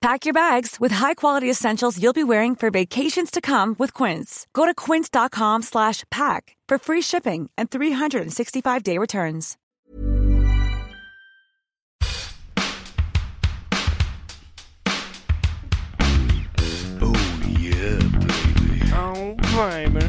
Pack your bags with high-quality essentials you'll be wearing for vacations to come with Quince. Go to quince.com slash pack for free shipping and 365-day returns. Oh yeah, baby. Oh, baby.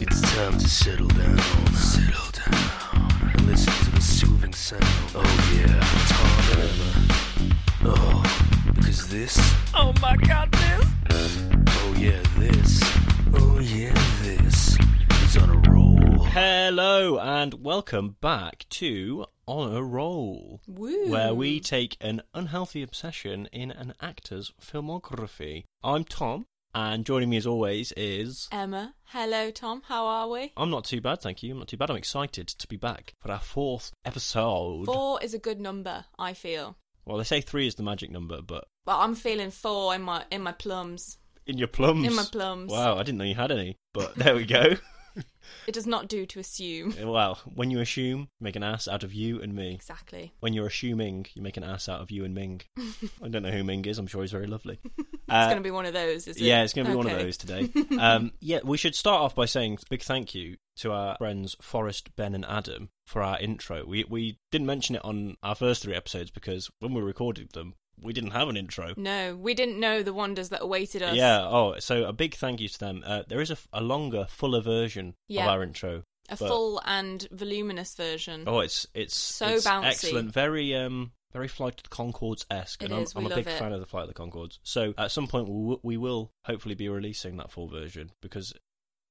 It's time to settle down. Settle down. And listen to the soothing sound. Oh yeah, Tom Miller. Oh, because this. Oh my god, this. Oh yeah, this. Oh yeah, this. Is on a roll. Hello and welcome back to On a Roll, Woo. where we take an unhealthy obsession in an actor's filmography. I'm Tom, and joining me as always is. Emma, hello Tom, how are we? I'm not too bad, thank you. I'm not too bad. I'm excited to be back for our fourth episode. Four is a good number, I feel. Well, they say three is the magic number, but But I'm feeling four in my in my plums. in your plums. In my plums. Wow, I didn't know you had any, but there we go. It does not do to assume. wow, when you assume, make an ass out of you and me. Exactly. when you're assuming you make an ass out of you and Ming. I don't know who Ming is. I'm sure he's very lovely. Uh, it's going to be one of those, is it? yeah, it's going to be one of Okay. those today. Um, yeah, we should start off by saying a big thank you to our friends Forrest, Ben, and Adam for our intro. We we didn't mention it on our first three episodes because when we recorded them, we didn't have an intro. No, we didn't know the wonders that awaited us. Yeah. Oh, so a big thank you to them. Uh, there is a, f- a longer, fuller version Yeah. of our intro. A but- full and voluminous version. Oh, it's it's Mm-hmm. So it's bouncy. excellent, very um, very Flight of the Concords esque, It and I'm, is, we I'm a love big it. fan of the Flight of the Concords. So at some point we, w- we will hopefully be releasing that full version because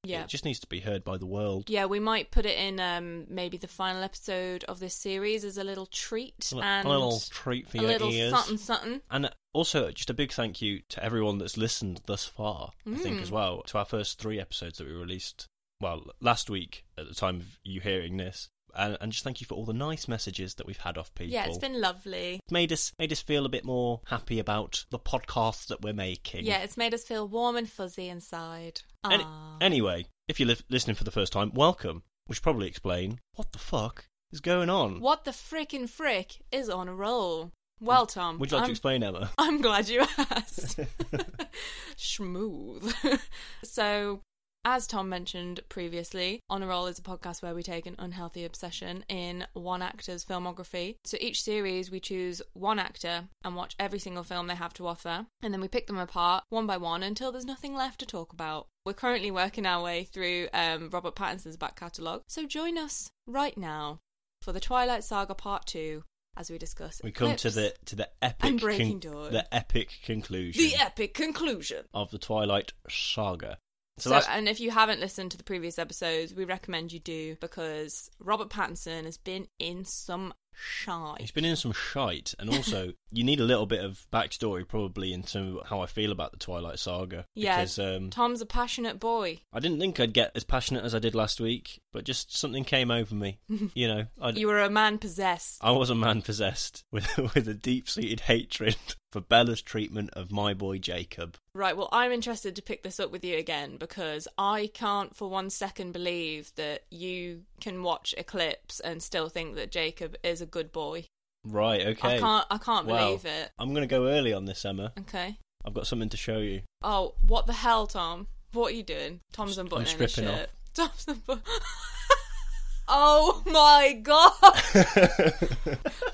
yeah. it just needs to be heard by the world. Yeah, we might put it in um, maybe the final episode of this series as a little treat A li- and a little treat for a your little ears. something something. And uh, also, just a big thank you to everyone that's listened thus far, I think, Mm. as well, to our first three episodes that we released, well, last week at the time of you hearing this. And, and just thank you for all the nice messages that we've had off people. Yeah, it's been lovely. made us made us feel a bit more happy about the podcast that we're making. Yeah, it's made us feel warm and fuzzy inside. Ah. Any- Aw. anyway, if you're li- listening for the first time, welcome. We should probably explain what the fuck is going on. What the frickin' frick is on a roll? Well, Tom, Would you like I'm, to explain, Emma? I'm glad you asked. Schmooth. so, as Tom mentioned previously, On a Roll is a podcast where we take an unhealthy obsession in one actor's filmography. So each series, we choose one actor and watch every single film they have to offer, and then we pick them apart one by one until there's nothing left to talk about. We're currently working our way through um, Robert Pattinson's back catalogue, so join us right now for the Twilight Saga Part 2 as we discuss We come to clips. the to the I'm epic breaking doors. the epic conclusion the epic conclusion. of the Twilight saga. So, So, uh, that's and if you haven't listened to the previous episodes, we recommend you do because Robert Pattinson has been in some shite. he's been in some shite, and also you need a little bit of backstory probably into how I feel about the Twilight saga. yeah, because um, Tom's a passionate boy. I didn't think I'd get as passionate as I did last week, but just something came over me. You know, I, You were a man possessed. I was a man possessed with with a deep seated hatred for Bella's treatment of my boy Jacob. Right, well, I'm interested to pick this up with you again because I can't for one second believe that you can watch Eclipse and still think that Jacob is a good boy. Right, okay. I can't I can't Wow. believe it. I'm going to go early on this, Emma. Okay. I've got something to show you. Oh, what the hell, Tom? What are you doing? Tom's I'm unbuttoning his stripping shirt. Tom's unbuttoning. oh my god!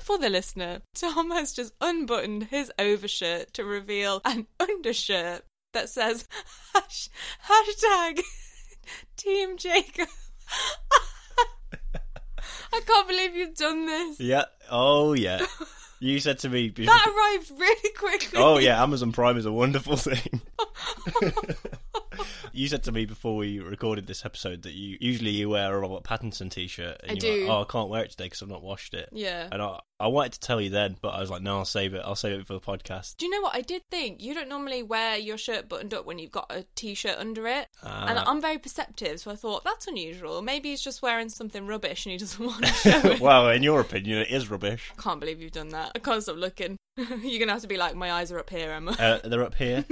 For the listener, Tom has just unbuttoned his overshirt to reveal an undershirt that says hash, hashtag Team Jacob. I can't believe you've done this. yeah. Oh, yeah. You said to me. That arrived really quickly. oh, yeah. Amazon Prime is a wonderful thing. you said to me before we recorded this episode that you usually you wear a Robert Pattinson t-shirt. And I you're do. Like, oh, I can't wear it today because I've not washed it. Yeah. And I, I wanted to tell you then, but I was like, no, I'll save it. I'll save it for the podcast. Do you know what I did think? You don't normally wear your shirt buttoned up when you've got a t-shirt under it, and Ah. I'm very perceptive, so I thought that's unusual. Maybe he's just wearing something rubbish and he doesn't want to show it. well, in your opinion, it is rubbish. I can't believe you've done that. I can't stop looking. You're gonna have to be like, my eyes are up here, Emma. Uh, they're up here.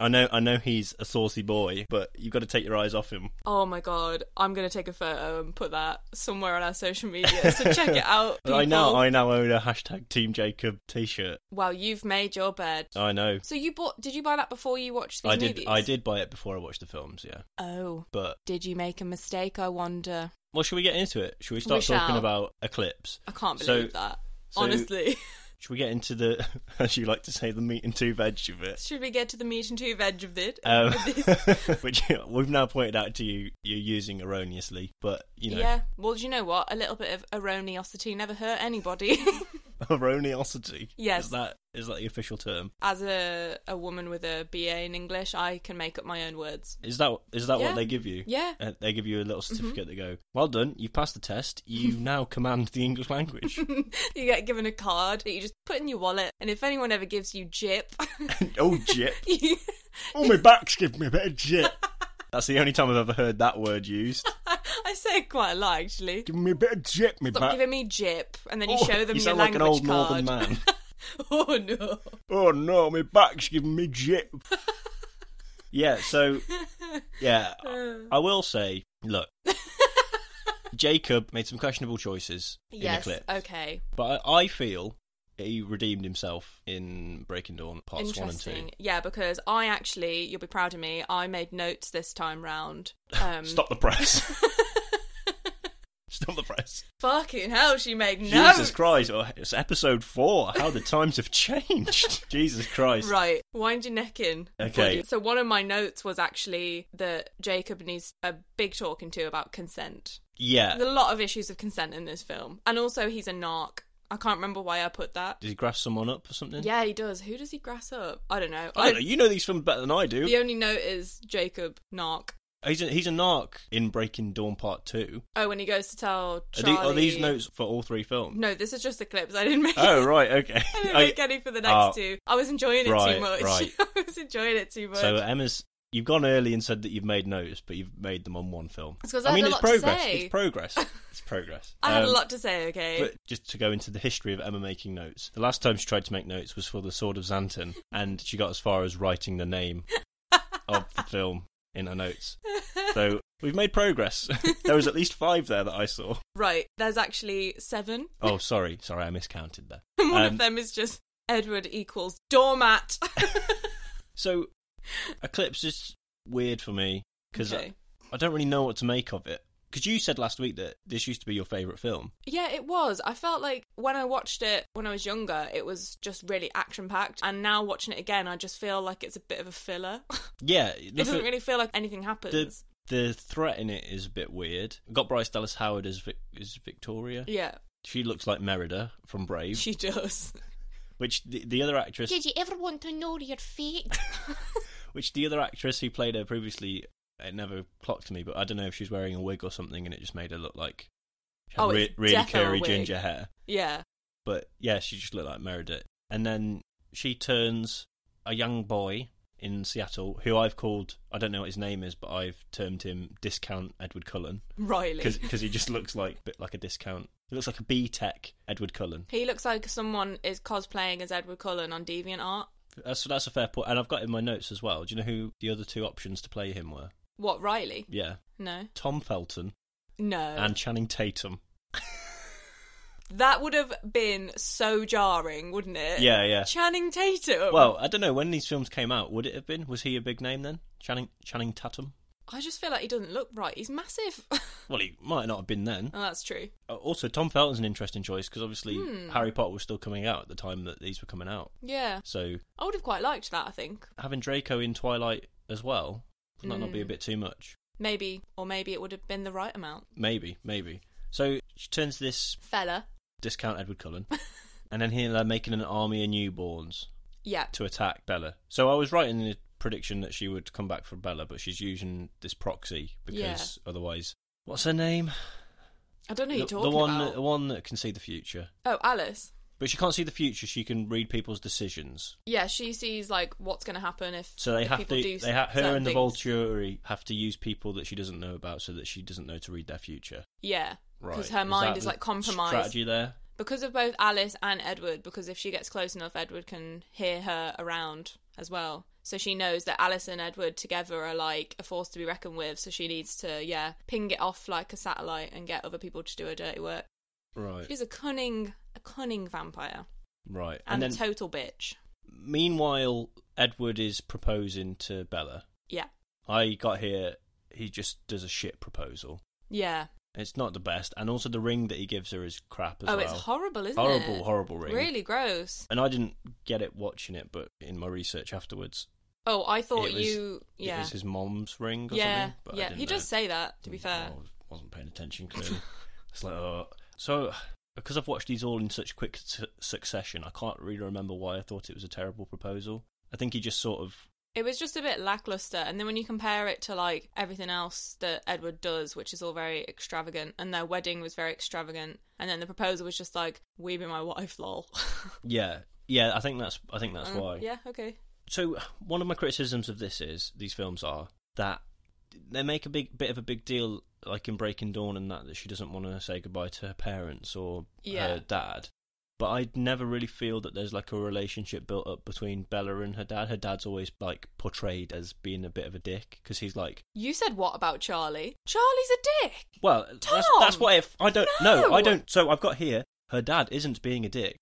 I know. I know he's a saucy boy, but you've got to take your eyes off him. oh my god, I'm gonna take a photo and put that somewhere on our social media. So check it out. But I now, people. I now own a hashtag Team Jacob T-shirt. Well, you've made your bed. I know. So you bought? Did you buy that before you watched these Oh. I did. movies? I did buy it before I watched the films. Yeah, Oh, but did you make a mistake? I wonder. well, should we get into it? Should we start We talking shall. about Eclipse? I can't So- believe that. so- Honestly, Should we get into the, as you like to say, the meat and two veg of it? should we get to the meat and two veg of it? Um, of this? which we've now pointed out to you, you're using erroneously, but you know, Yeah. Well, do you know what? A little bit of erroneosity never hurt anybody. erroneosity. Yes. is that is that the official term? As a a woman with a BA in English, I can make up my own words. Is that is that Yeah. what they give you? Yeah. Mm-hmm. Uh, they give you a little certificate. They go, "Well done, you've passed the test. You now command the English language." You get given a card that you just put in your wallet, and if anyone ever gives you jip, oh, jip! you, Oh, my back's giving me a bit of jip. That's the only time I've ever heard that word used. I say it quite a lot actually. Give me a bit of jip, me Stop back. giving me jip, and then you Oh, show them you your sound like language an old card. northern man. oh no! oh no, my back's giving me jip. yeah, so yeah, I, I will say, look, Jacob made some questionable choices in a Yes. clip, Okay. but I, I feel he redeemed himself in Breaking Dawn parts one and two. Interesting. Yeah, because I actually, you'll be proud of me. I made notes this time round. Um, Stop the press. Stop the press. Fucking hell, she made notes. Jesus Christ, oh, it's episode four. How the times have changed. Jesus Christ. Right, wind your neck in. Okay. So one of my notes was actually that Jacob needs a big talking to about consent. Yeah. There's a lot of issues of consent in this film, and also he's a narc. I can't remember why I put that. Did he grass someone up or something? Yeah, he does. Who does he grass up? I don't know. I don't know. You know these films better than I do. The only note is Jacob narc. He's, a, he's a narc in Breaking Dawn Part 2. Oh, when he goes to tell Are, Charlie. the, are these notes for all three films? No, this is just the clips. I didn't make. Oh, right, okay. I didn't Oh, make any for the next oh. two. I was enjoying it too Right, much. right. I was enjoying it too much. So Emma's, you've gone early and said that you've made notes, but you've made them on one film. It's 'cause I I had mean, a it's lot to progress. say. It's progress. It's progress. I had a Um, lot to say. Okay. But just to go into the history of Emma making notes, the last time she tried to make notes was for The Sword of Xanten, and she got as far as writing the name of the film in her notes. So we've made progress. there was at least five there that I saw. Right, there's actually seven. Oh, sorry, sorry, I miscounted there. And one of Um, them is just Edward equals doormat. So Eclipse is weird for me because Okay. I, I don't really know what to make of it. Because you said last week that this used to be your favourite film. yeah, it was. I felt like when I watched it when I was younger, it was just really action packed. And now watching it again, I just feel like it's a bit of a filler. Yeah, it doesn't really feel like anything the, happens. the threat in it is a bit weird. Got Bryce Dallas Howard as Vic, as Victoria. Yeah, She looks like Merida from Brave, she does. which the, the other actress, Did you ever want to know your fate? which the other actress who played her previously, it never clocked me, but I don't know if she was wearing a wig or something, and it just made her look like she had Oh, re- it's really defo a curly wig. ginger hair. Yeah. But yeah, she just looked like Merida, and then she turns a young boy in Seattle who I've called I don't know what his name is, but I've termed him Discount Edward Cullen Riley. because he just looks like bit like a discount. He looks like a B Tech Edward Cullen. He looks like someone is cosplaying as Edward Cullen on DeviantArt. That's that's a fair point, and I've got in my notes as well. Do you know who the other two options to play him were? What, Riley? Yeah, No. Tom Felton No. and Channing Tatum. that would have been so jarring, wouldn't it? Yeah, yeah. Channing Tatum. Well, I don't know when these films came out. Would it have been? Was he a big name then? Channing Channing Tatum. I just feel like he doesn't look right. He's massive. oh, Well, he might not have been then. that's true. Uh, Also, Tom Felton's an interesting choice because obviously Hmm. Harry Potter was still coming out at the time that these were coming out. Yeah. So I would have quite liked that, I think. having Draco in Twilight as well would that not be a Mm. bit too much? Maybe, or maybe it would have been the right amount. Maybe, maybe. So she turns this Fella. discount Edward Cullen, and then here they're making an army of newborns Yeah. to attack Bella. So I was right in the prediction that she would come back for Bella, but she's using this proxy because otherwise, what's her name? I don't know who the, you're talking the one, about. the one that can see the future, Oh, Alice. but she can't see the future. She can read people's decisions, Yeah, she sees like what's going to happen if so they if have people to. do They ha- her certain and the things. Volturi have to use people that she doesn't know about, so that she doesn't know to read their future. Yeah, Right? because her that mind is the like compromised Strategy there. because of both Alice and Edward. Because if she gets close enough, Edward can hear her around as well. So she knows that Alice and Edward together are like a force to be reckoned with. So she needs to yeah ping it off like a satellite and get other people to do her dirty work. Right. She's a cunning, a cunning vampire Right. and, And, a then, total bitch. meanwhile, Edward is proposing to Bella. Yeah, I got here. He just does a shit proposal. yeah. It's not the best, and also the ring that he gives her is crap as Oh, well. it's horrible, isn't it? horrible, horrible ring. Really gross. And I didn't get it watching it, but in my research afterwards, Oh, I thought It was- you. it Yeah. was his mom's ring or yeah. something. But I yeah. didn't He know. does say that. To be fair. Mm, I wasn't paying attention clearly. it's like, oh. so because I've watched these all in such quick su- succession, I can't really remember why I thought it was a terrible proposal. I think he just sort of It was just a bit lackluster, and then when you compare it to like everything else that Edward does, which is all very extravagant, and their wedding was very extravagant, and then the proposal was just like, "We be my wife, lol." yeah. Yeah, I think that's I think that's Um, why. Yeah. Okay. So one of my criticisms of this is these films are that they make a big bit of a big deal, like in Breaking Dawn and that, that she doesn't want to say goodbye to her parents or Yeah. her dad. But I never really feel that there's like a relationship built up between Bella and her dad. Her dad's always like portrayed as being a bit of a dick because he's like, You said what about Charlie? Charlie's a dick. well, that's, Tom! that's what if I don't no. No! I don't. So I've got here. Her dad isn't being a dick.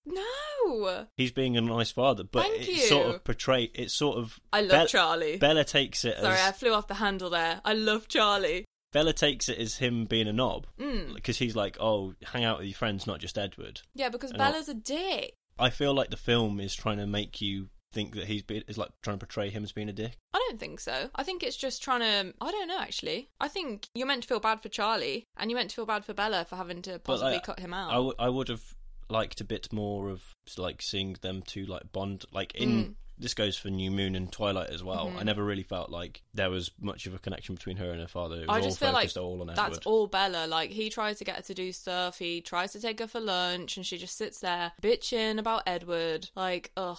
No. He's being a nice father, but Thank it's you. sort of portrayed. It's sort of I love Bella- Charlie. Bella takes it Sorry, as I flew off the handle there. I love Charlie. Bella takes it as him being a knob Mm. because he's like, "Oh, hang out with your friends, not just Edward." Yeah, because And Bella's a dick. I feel like the film is trying to make you think that he's be- is like trying to portray him as being a dick. I don't think so. I think it's just trying to. I don't know, actually. I think you're meant to feel bad for Charlie, and you're meant to feel bad for Bella for having to But, possibly like, cut him I out. would I would have liked a bit more of like seeing them two like bond. Like in Mm. this goes for New Moon and Twilight as well. Mhm. I never really felt like there was much of a connection between her and her father. It was I all just feel like focused all on that's Edward. all Bella. Like, he tries to get her to do stuff, he tries to take her for lunch, and she just sits there bitching about Edward. Like, ugh.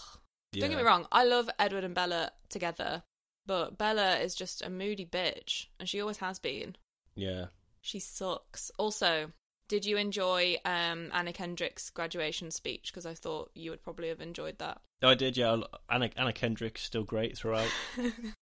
Don't get Yeah. me wrong, I love Edward and Bella together, but Bella is just a moody bitch, and she always has been. Yeah. She sucks. Also, did you enjoy um, Anna Kendrick's graduation speech? Because I thought you would probably have enjoyed that. Oh, I did, yeah. Anna, Anna Kendrick's still great throughout.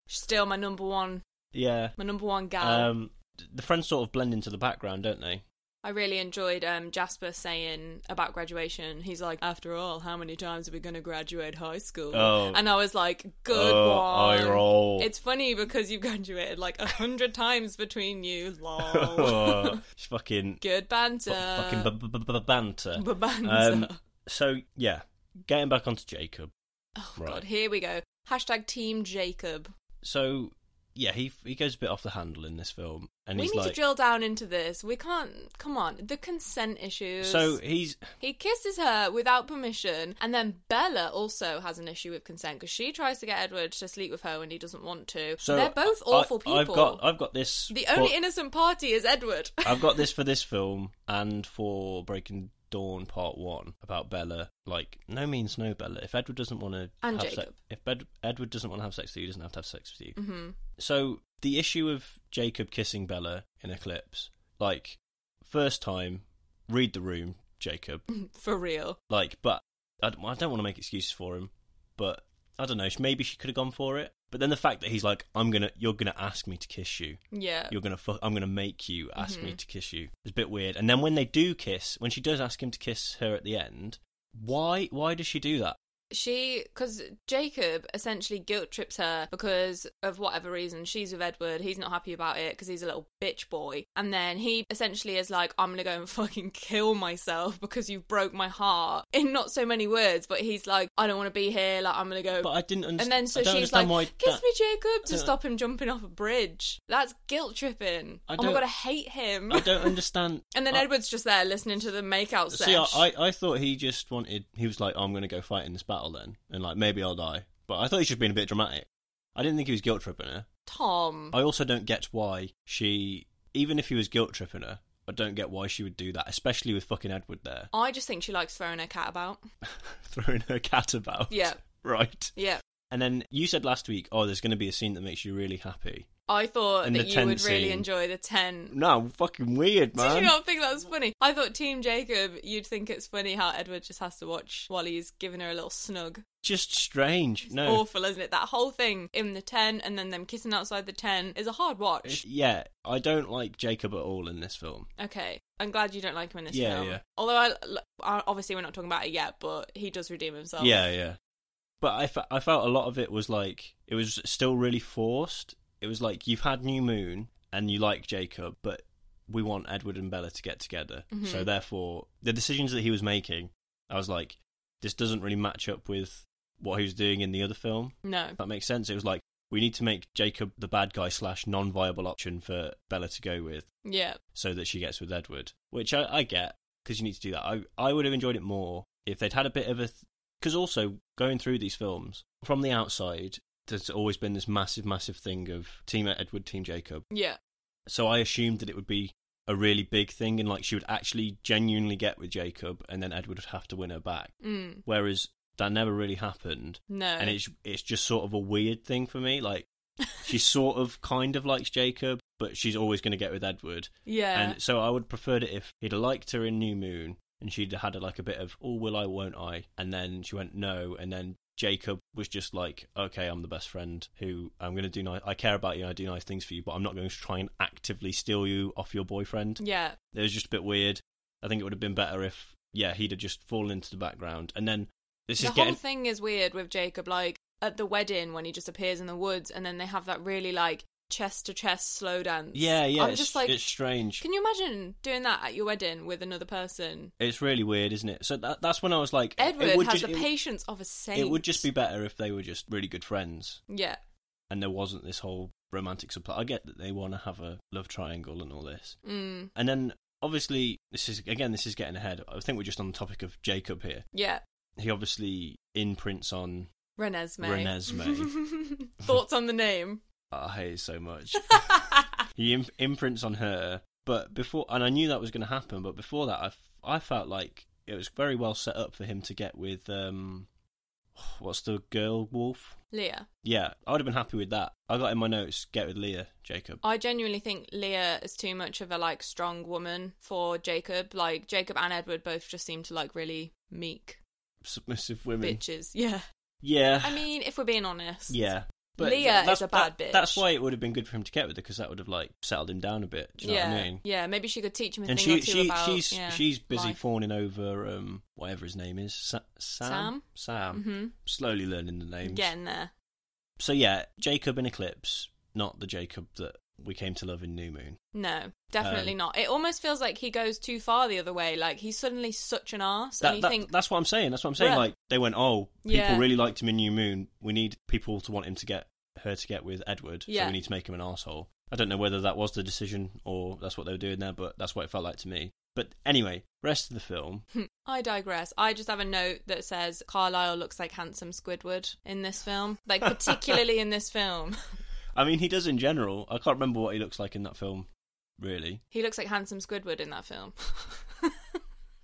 She's still my number one, yeah. my number one gal. Um, the friends sort of blend into the background, don't they? I really enjoyed um, Jasper saying about graduation. He's like, after all, how many times are we going to graduate high school? Oh. And I was like, good Oh, one. eye roll. It's funny because you've graduated like a hundred times between you. Lol. Oh, it's fucking good banter. bu- fucking bu- bu- bu- banter. Um, Bu- uh, banter. so yeah, getting back onto Jacob. oh, right. God, here we go. Hashtag Team Jacob. So yeah, he he goes a bit off the handle in this film, and we he's need like, to drill down into this. We can't. Come on, the consent issues. so he's he kisses her without permission, and then Bella also has an issue with consent because she tries to get Edward to sleep with her when he doesn't want to. so They're both I- awful people. I've got I've got this. the for- only innocent party is Edward. I've got this for this film and for Breaking Dawn Part One about Bella. Like, no means no, Bella. If Edward doesn't want to And have sex, Jacob. if Ed- Edward doesn't want to have sex with you, he doesn't have to have sex with you. hmm So the issue of Jacob kissing Bella in Eclipse, like first time, read the room, Jacob. For real. Like, but I don't, I don't want to make excuses for him, but I don't know. Maybe she could have gone for it. But then the fact that he's like, I'm gonna, you're gonna ask me to kiss you. Yeah. You're gonna, fu- I'm gonna make you ask Mm-hmm. me to kiss you. It's a bit weird. And then when they do kiss, when she does ask him to kiss her at the end, why, why does she do that? she because jacob essentially guilt trips her because of whatever reason she's with edward he's not happy about it because he's a little bitch boy and then he essentially is like i'm gonna go and fucking kill myself because you broke my heart in not so many words but he's like i don't want to be here like i'm gonna go But I didn't understand. Oh, and then so I don't she's like understand why kiss that- me jacob to I don't- stop him jumping off a bridge that's guilt tripping I oh my don't- god i hate him I don't understand. and then I- edward's just there listening to the makeout sesh. See, I, I- I thought he just wanted. He was like, "I'm going to go fight in this battle then, and like maybe I'll die." But I thought he's just being a bit dramatic. I didn't think he was guilt tripping her. Tom. I also don't get why she, even if he was guilt tripping her, I don't get why she would do that, especially with fucking Edward there I just think she likes throwing her cat about. throwing her cat about. Yeah. Right. Yeah. And then you said last week, oh, there's going to be a scene that makes you really happy. I thought And that the you would tent really scene. enjoy the tent. No, fucking weird, man. Did you not think that was funny? I thought Team Jacob, you'd think it's funny how Edward just has to watch while he's giving her a little snug. Just strange. It's No. awful, isn't it? That whole thing in the tent and then them kissing outside the tent is a hard watch. It's- yeah, I don't like Jacob at all in this film. Okay, I'm glad you don't like him in this Yeah, film. yeah. Although, I, l- I- obviously, we're not talking about it yet, but he does redeem himself. Yeah, yeah. But I, fe- I felt a lot of it was like, it was still really forced. It was like, you've had New Moon and you like Jacob, but we want Edward and Bella to get together. Mhm. So therefore, the decisions that he was making, I was like, this doesn't really match up with what he was doing in the other film. No. If that makes sense. It was like, we need to make Jacob the bad guy slash non viable option for Bella to go with Yeah. so that she gets with Edward, which I, I get because you need to do that. I, I would have enjoyed it more if they'd had a bit of a. Because also, going through these films, from the outside, there's always been this massive, massive thing of Team Edward, Team Jacob. Yeah. So I assumed that it would be a really big thing and like she would actually genuinely get with Jacob and then Edward would have to win her back. Mm. Whereas that never really happened No. and it's it's just sort of a weird thing for me. Like she sort of kind of likes Jacob, but she's always going to get with Edward. yeah. And so I would prefer it if he'd have liked her in New Moon and she'd have had like a bit of oh will I won't I, and then she went no, and then Jacob was just like okay I'm the best friend who I'm going to do nice I care about you and I do nice things for you, but I'm not going to try and actively steal you off your boyfriend. yeah. It was just a bit weird. I think it would have been better if yeah he'd have just fallen into the background and then. This the is getting whole thing is weird with Jacob. Like at the wedding when he just appears in the woods, and then they have that really like chest to chest slow dance. Yeah, yeah. I'm it's, just like, it's strange. can you imagine doing that at your wedding with another person? It's really weird, isn't it? So that, that's when I was like, it Edward would has ju- the it- patience of a saint. It would just be better if they were just really good friends, yeah, and there wasn't this whole romantic supply. I get that they want to have a love triangle and all this, mm, and then obviously this is again this is getting ahead. I think we're just on the topic of Jacob here. yeah. He obviously imprints on. Renesmee. Renesmee. Thoughts on the name? Oh, I hate it so much. he imp- imprints on her, but before, and I knew that was going to happen. But before that, I, f- I felt like it was very well set up for him to get with um, what's the girl wolf? Leah. Yeah, I would have been happy with that. I got in my notes, get with Leah, Jacob. I genuinely think Leah is too much of a like strong woman for Jacob. Like Jacob and Edward both just seem to like really meek Submissive women. bitches. Yeah. Yeah, I mean, if we're being honest. yeah. Leah that's- is a that- bad bitch. That's why it would have been good for him to get with her because that would have like settled him down a bit. Do you yeah, know what I mean? yeah. Maybe she could teach him a And she, thing or two she about. she's yeah, she's busy life. fawning over um whatever his name is Sa- Sam Sam Sam? Mhm. slowly learning the names getting there. So yeah, Jacob in Eclipse, not the Jacob that we came to love in New Moon. No, definitely Um, not. It almost feels like he goes too far the other way. Like he's suddenly such an ass, That- and you that- think that's what I'm saying. That's what I'm saying. Bruh. Like they went, oh, people Yeah. really liked him in New Moon. We need people to want him to get her to get with Edward. So Yeah. we need to make him an asshole. I don't know whether that was the decision or that's what they were doing there, but that's what it felt like to me. But anyway, rest of the film. I digress. I just have a note that says Carlisle looks like handsome Squidward in this film, like particularly in this film, I mean, he does in general. I can't remember what he looks like in that film, really. he looks like handsome Squidward in that film.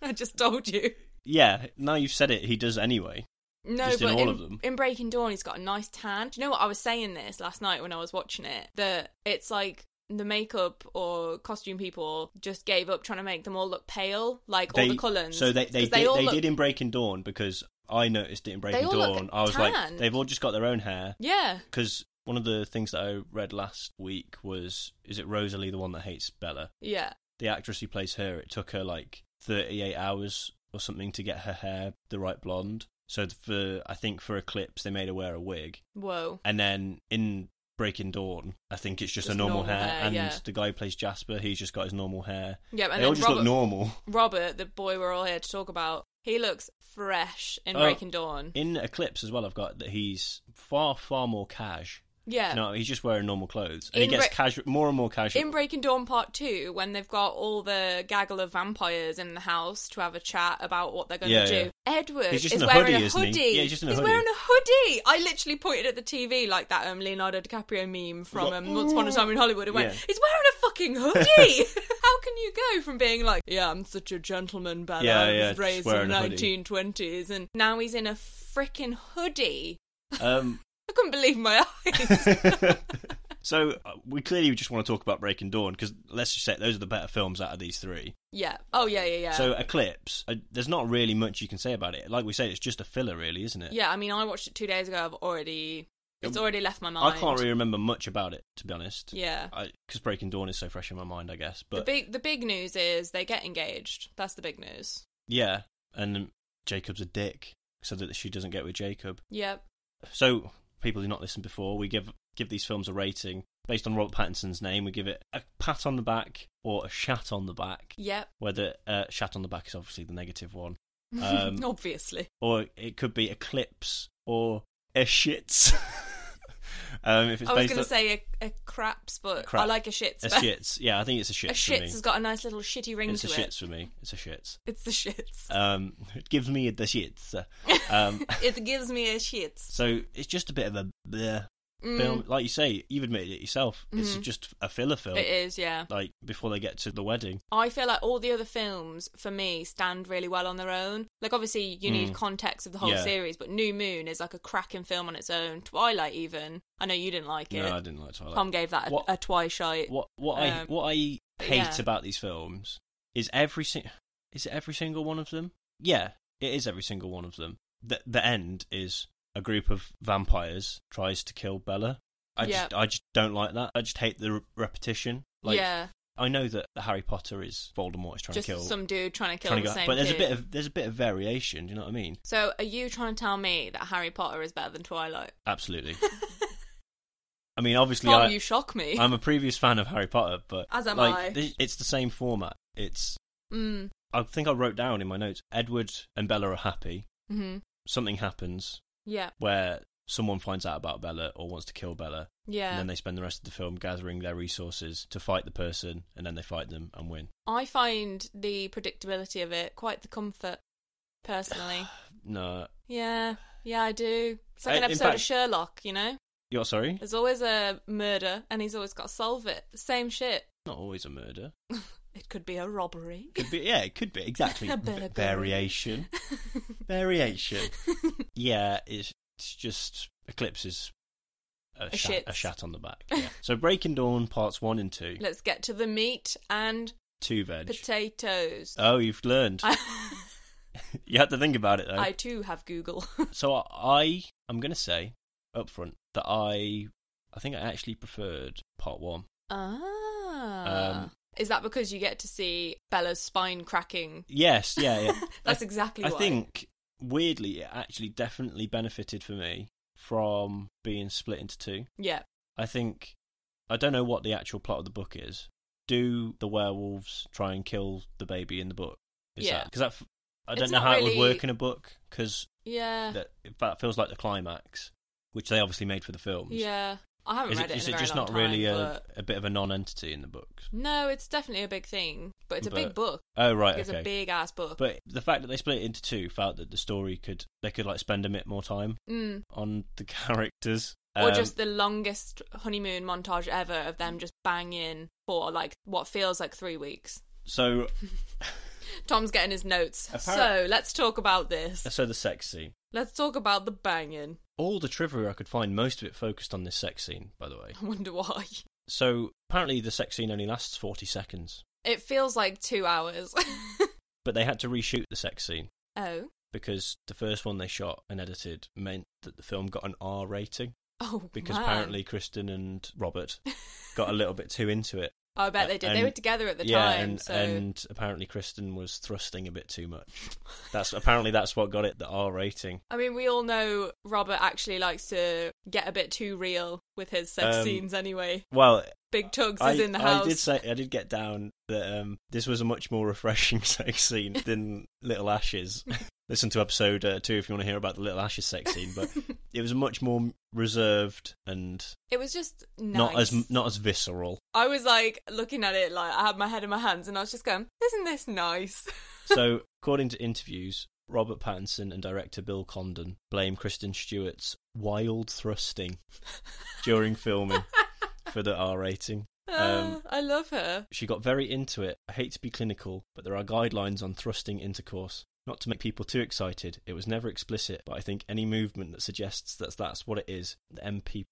I just told you. Yeah, now you've said it, he does anyway. No, Just in but all in, of them. in Breaking Dawn, he's got a nice tan. Do you know what I was saying this last night when I was watching it? That it's like the makeup or costume people just gave up trying to make them all look pale, like all They- the Cullens. So they they 'Cause did, they, all look- did in Breaking Dawn because I noticed it in Breaking all look Dawn. I was like, tanned. they've all just got their own hair Yeah, because one of the things that I read last week was is it Rosalie the one that hates Bella? yeah, The actress who plays her, it took her like 38 hours or something to get her hair the right blonde. So for I think for Eclipse they made her wear a wig, whoa. and then in Breaking Dawn I think it's just, Just a normal, normal hair, hair, and yeah. the guy who plays Jasper he's just got his normal hair. Yeah, and they all then just Robert, look normal. Robert, the boy we're all here to talk about, he looks fresh in Oh. Breaking Dawn. In Eclipse as well, I've got that he's far, far more cash Yeah. No, he's just wearing normal clothes, and In he gets Bra- casual, more and more casual. In Breaking Dawn Part 2, when they've got all the gaggle of vampires in the house to have a chat about what they're going Yeah, to yeah. do, Edward He's just is in a wearing hoodie, a isn't he? hoodie. Yeah, he's just in a hoodie. wearing a hoodie. I literally pointed at the TV like that um, Leonardo DiCaprio meme from um, Once Upon a Time in Hollywood. It went, Yeah. he's wearing a fucking hoodie. How can you go from being like, yeah, I'm such a gentleman, but Yeah, I yeah, was just raised in wearing a hoodie. 1920s, and now he's in a freaking hoodie. um, I couldn't believe my eyes. so uh, we clearly just want to talk about Breaking Dawn because let's just say those are the better films out of these three. yeah. Oh, yeah, yeah, yeah. So Eclipse, uh, there's not really much you can say about it. Like we said, it's just a filler, really, isn't it? Yeah, I mean, I watched it two days ago. I've already, it's Um, already left my mind. I can't really remember much about it, to be honest. Yeah. Because Breaking Dawn is so fresh in my mind, I guess. But the big, the big news is they get engaged. That's the big news. yeah, and Jacob's a dick, so that she doesn't get with Jacob. Yep. So people who've not listened before, we give give these films a rating based on Robert Pattinson's name. We give it a pat on the back or a shat on the back. Yep. Whether uh, shat on the back is obviously the negative one, Um, Obviously. or it could be eclipse or a shits. um, if it's I was based going to on- say a, a craps, but Crap. I like a shits. a better. shits. Yeah, I think it's a shits. A for me. shits has got a nice little shitty ring it's to a it. shits for me. It's a shits. It's the shits. Um, it gives me the shits. Um, it gives me a shits. so it's just a bit of a bleh Mm, film. Like you say, you've admitted it yourself. It's Mhm. just a filler film. It is, yeah. Like before they get to the wedding. I feel like all the other films for me stand really well on their own. Like obviously you need Mm. context of the whole Yeah. series, but New Moon is like a cracking film on its own. Twilight even. I know you didn't like it. No, I didn't like Twilight. Tom gave that a, What- a twice shite. what what I Um, what I hate yeah. about these films is every sing- is it every single one of them? Yeah, it is every single one of them. The the end is a group of vampires tries to kill Bella. I just I just don't like that. I just hate the re- repetition. Like yeah, I know that Harry Potter is Voldemort is trying just to kill some dude trying to kill trying the to go- same but there's kid. a bit of there's a bit of variation, do you know what I mean? so are you trying to tell me that Harry Potter is better than Twilight? Absolutely. I mean, obviously Oh, I you shock me. I'm a previous fan of Harry Potter, but As am like, I. this- it's the same format. It's Mm. I think I wrote down in my notes Edward and Bella are happy. hmm Something happens Yeah. where someone finds out about Bella or wants to kill Bella, Yeah. and then they spend the rest of the film gathering their resources to fight the person, and then they fight them and win. I find the predictability of it quite the comfort, personally. No, Yeah, yeah, I do. It's like Uh, an in episode fact- of Sherlock, you know? you're sorry? There's always a murder and he's always got to solve it. Same shit. Not always a murder. It could be a robbery. Could be, yeah, it could be exactly A V- burglary. variation, variation. yeah, it's, it's just eclipses. A, A shat, a shits. shat on the back. Yeah. so Breaking Dawn parts one and two, Let's get to the meat and two veg. potatoes. oh, you've learned. I, you had to think about it though. I too have Google. So I, I'm going to say up front that I, I think I actually preferred part one. ah. Um, Is that because you get to see Bella's spine cracking? Yes, yeah, yeah. That's I- exactly I why. think weirdly, it actually definitely benefited for me from being split into two. Yeah. I think I don't know what the actual plot of the book is. Do the werewolves try and kill the baby in the book? Is Yeah. because that, 'cause that f- I don't It's know not how it would really- work in a book because Yeah. that that feels like the climax, which they obviously made for the films. Yeah. I haven't Is read it, it. is in it a very just long not really time, a, but- a bit of a non-entity in the books? No, it's definitely a big thing, but it's a big But- book. Oh right, it's okay. a big ass book. But the fact that they split it into two felt that the story could they could like spend a bit more time mm. on the characters, or Um, just the longest honeymoon montage ever of them just banging for like what feels like three weeks. so Tom's getting his notes. Appar- so let's talk about this. so the sex scene. Let's talk about the banging. All the trivia I could find, most of it focused on this sex scene. By the way, I wonder why. so apparently the sex scene only lasts forty seconds, It feels like two hours. but they had to reshoot the sex scene oh. because the first one they shot and edited meant that the film got an R rating Oh, because man. apparently Kristen and Robert got a little bit too into it. I bet they did. they and- were together at the yeah, time, and, so and apparently Kristen was thrusting a bit too much. That's apparently that's what got it the R rating. I mean, we all know Robert actually likes to get a bit too real with his sex Um, scenes anyway. Well, Big Tugs I, is in the I house. did say I did get down that um, this was a much more refreshing sex scene than Little Ashes. Listen to episode uh, two if you want to hear about the Little Ashes sex scene. But It was much more reserved and It was just nice. not as not as visceral. I was like looking at it like I had my head in my hands and I was just going, isn't this nice? so, according to interviews, Robert Pattinson and director Bill Condon blame Kristen Stewart's wild thrusting during filming for the R rating. Um, Ah, I love her. She got very into it. I hate to be clinical, but there are guidelines on thrusting intercourse. Not to make people too excited, it was never explicit, but I think any movement that suggests that that's what it is, the MPAA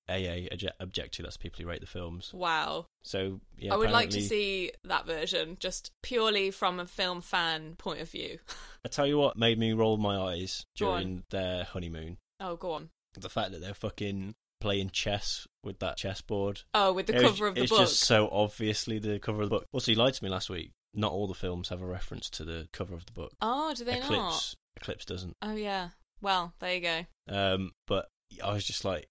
obje- object to, that's people who rate the films. Wow. So, yeah, I would like to apparently- see that version just purely from a film fan point of view. I tell you what made me roll my eyes Go on. during their honeymoon. oh, go on. The fact that they're fucking playing chess with that chessboard. Oh, with the It was- cover of the it's book. just so obviously the cover of the book. Also, you lied to me last week. Not all the films have a reference to the cover of the book. Oh, do they Eclipse, not? Eclipse doesn't. Oh, yeah. Well, there you go. Um, but I was just like,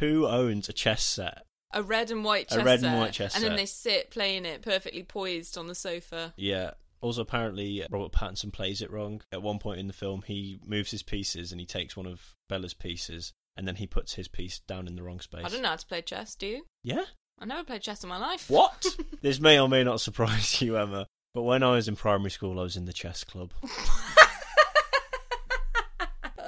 who owns a chess set? A red and white A chess red and set. white chess And then set. they sit playing it perfectly poised on the sofa. Yeah. Also, apparently, Robert Pattinson plays it wrong. At one point in the film, he moves his pieces and he takes one of Bella's pieces, and then he puts his piece down in the wrong space. I don't know how to play chess, do you? Yeah. I never played chess in my life. What? this may or may not surprise you, Emma, but when I was in primary school, I was in the chess club.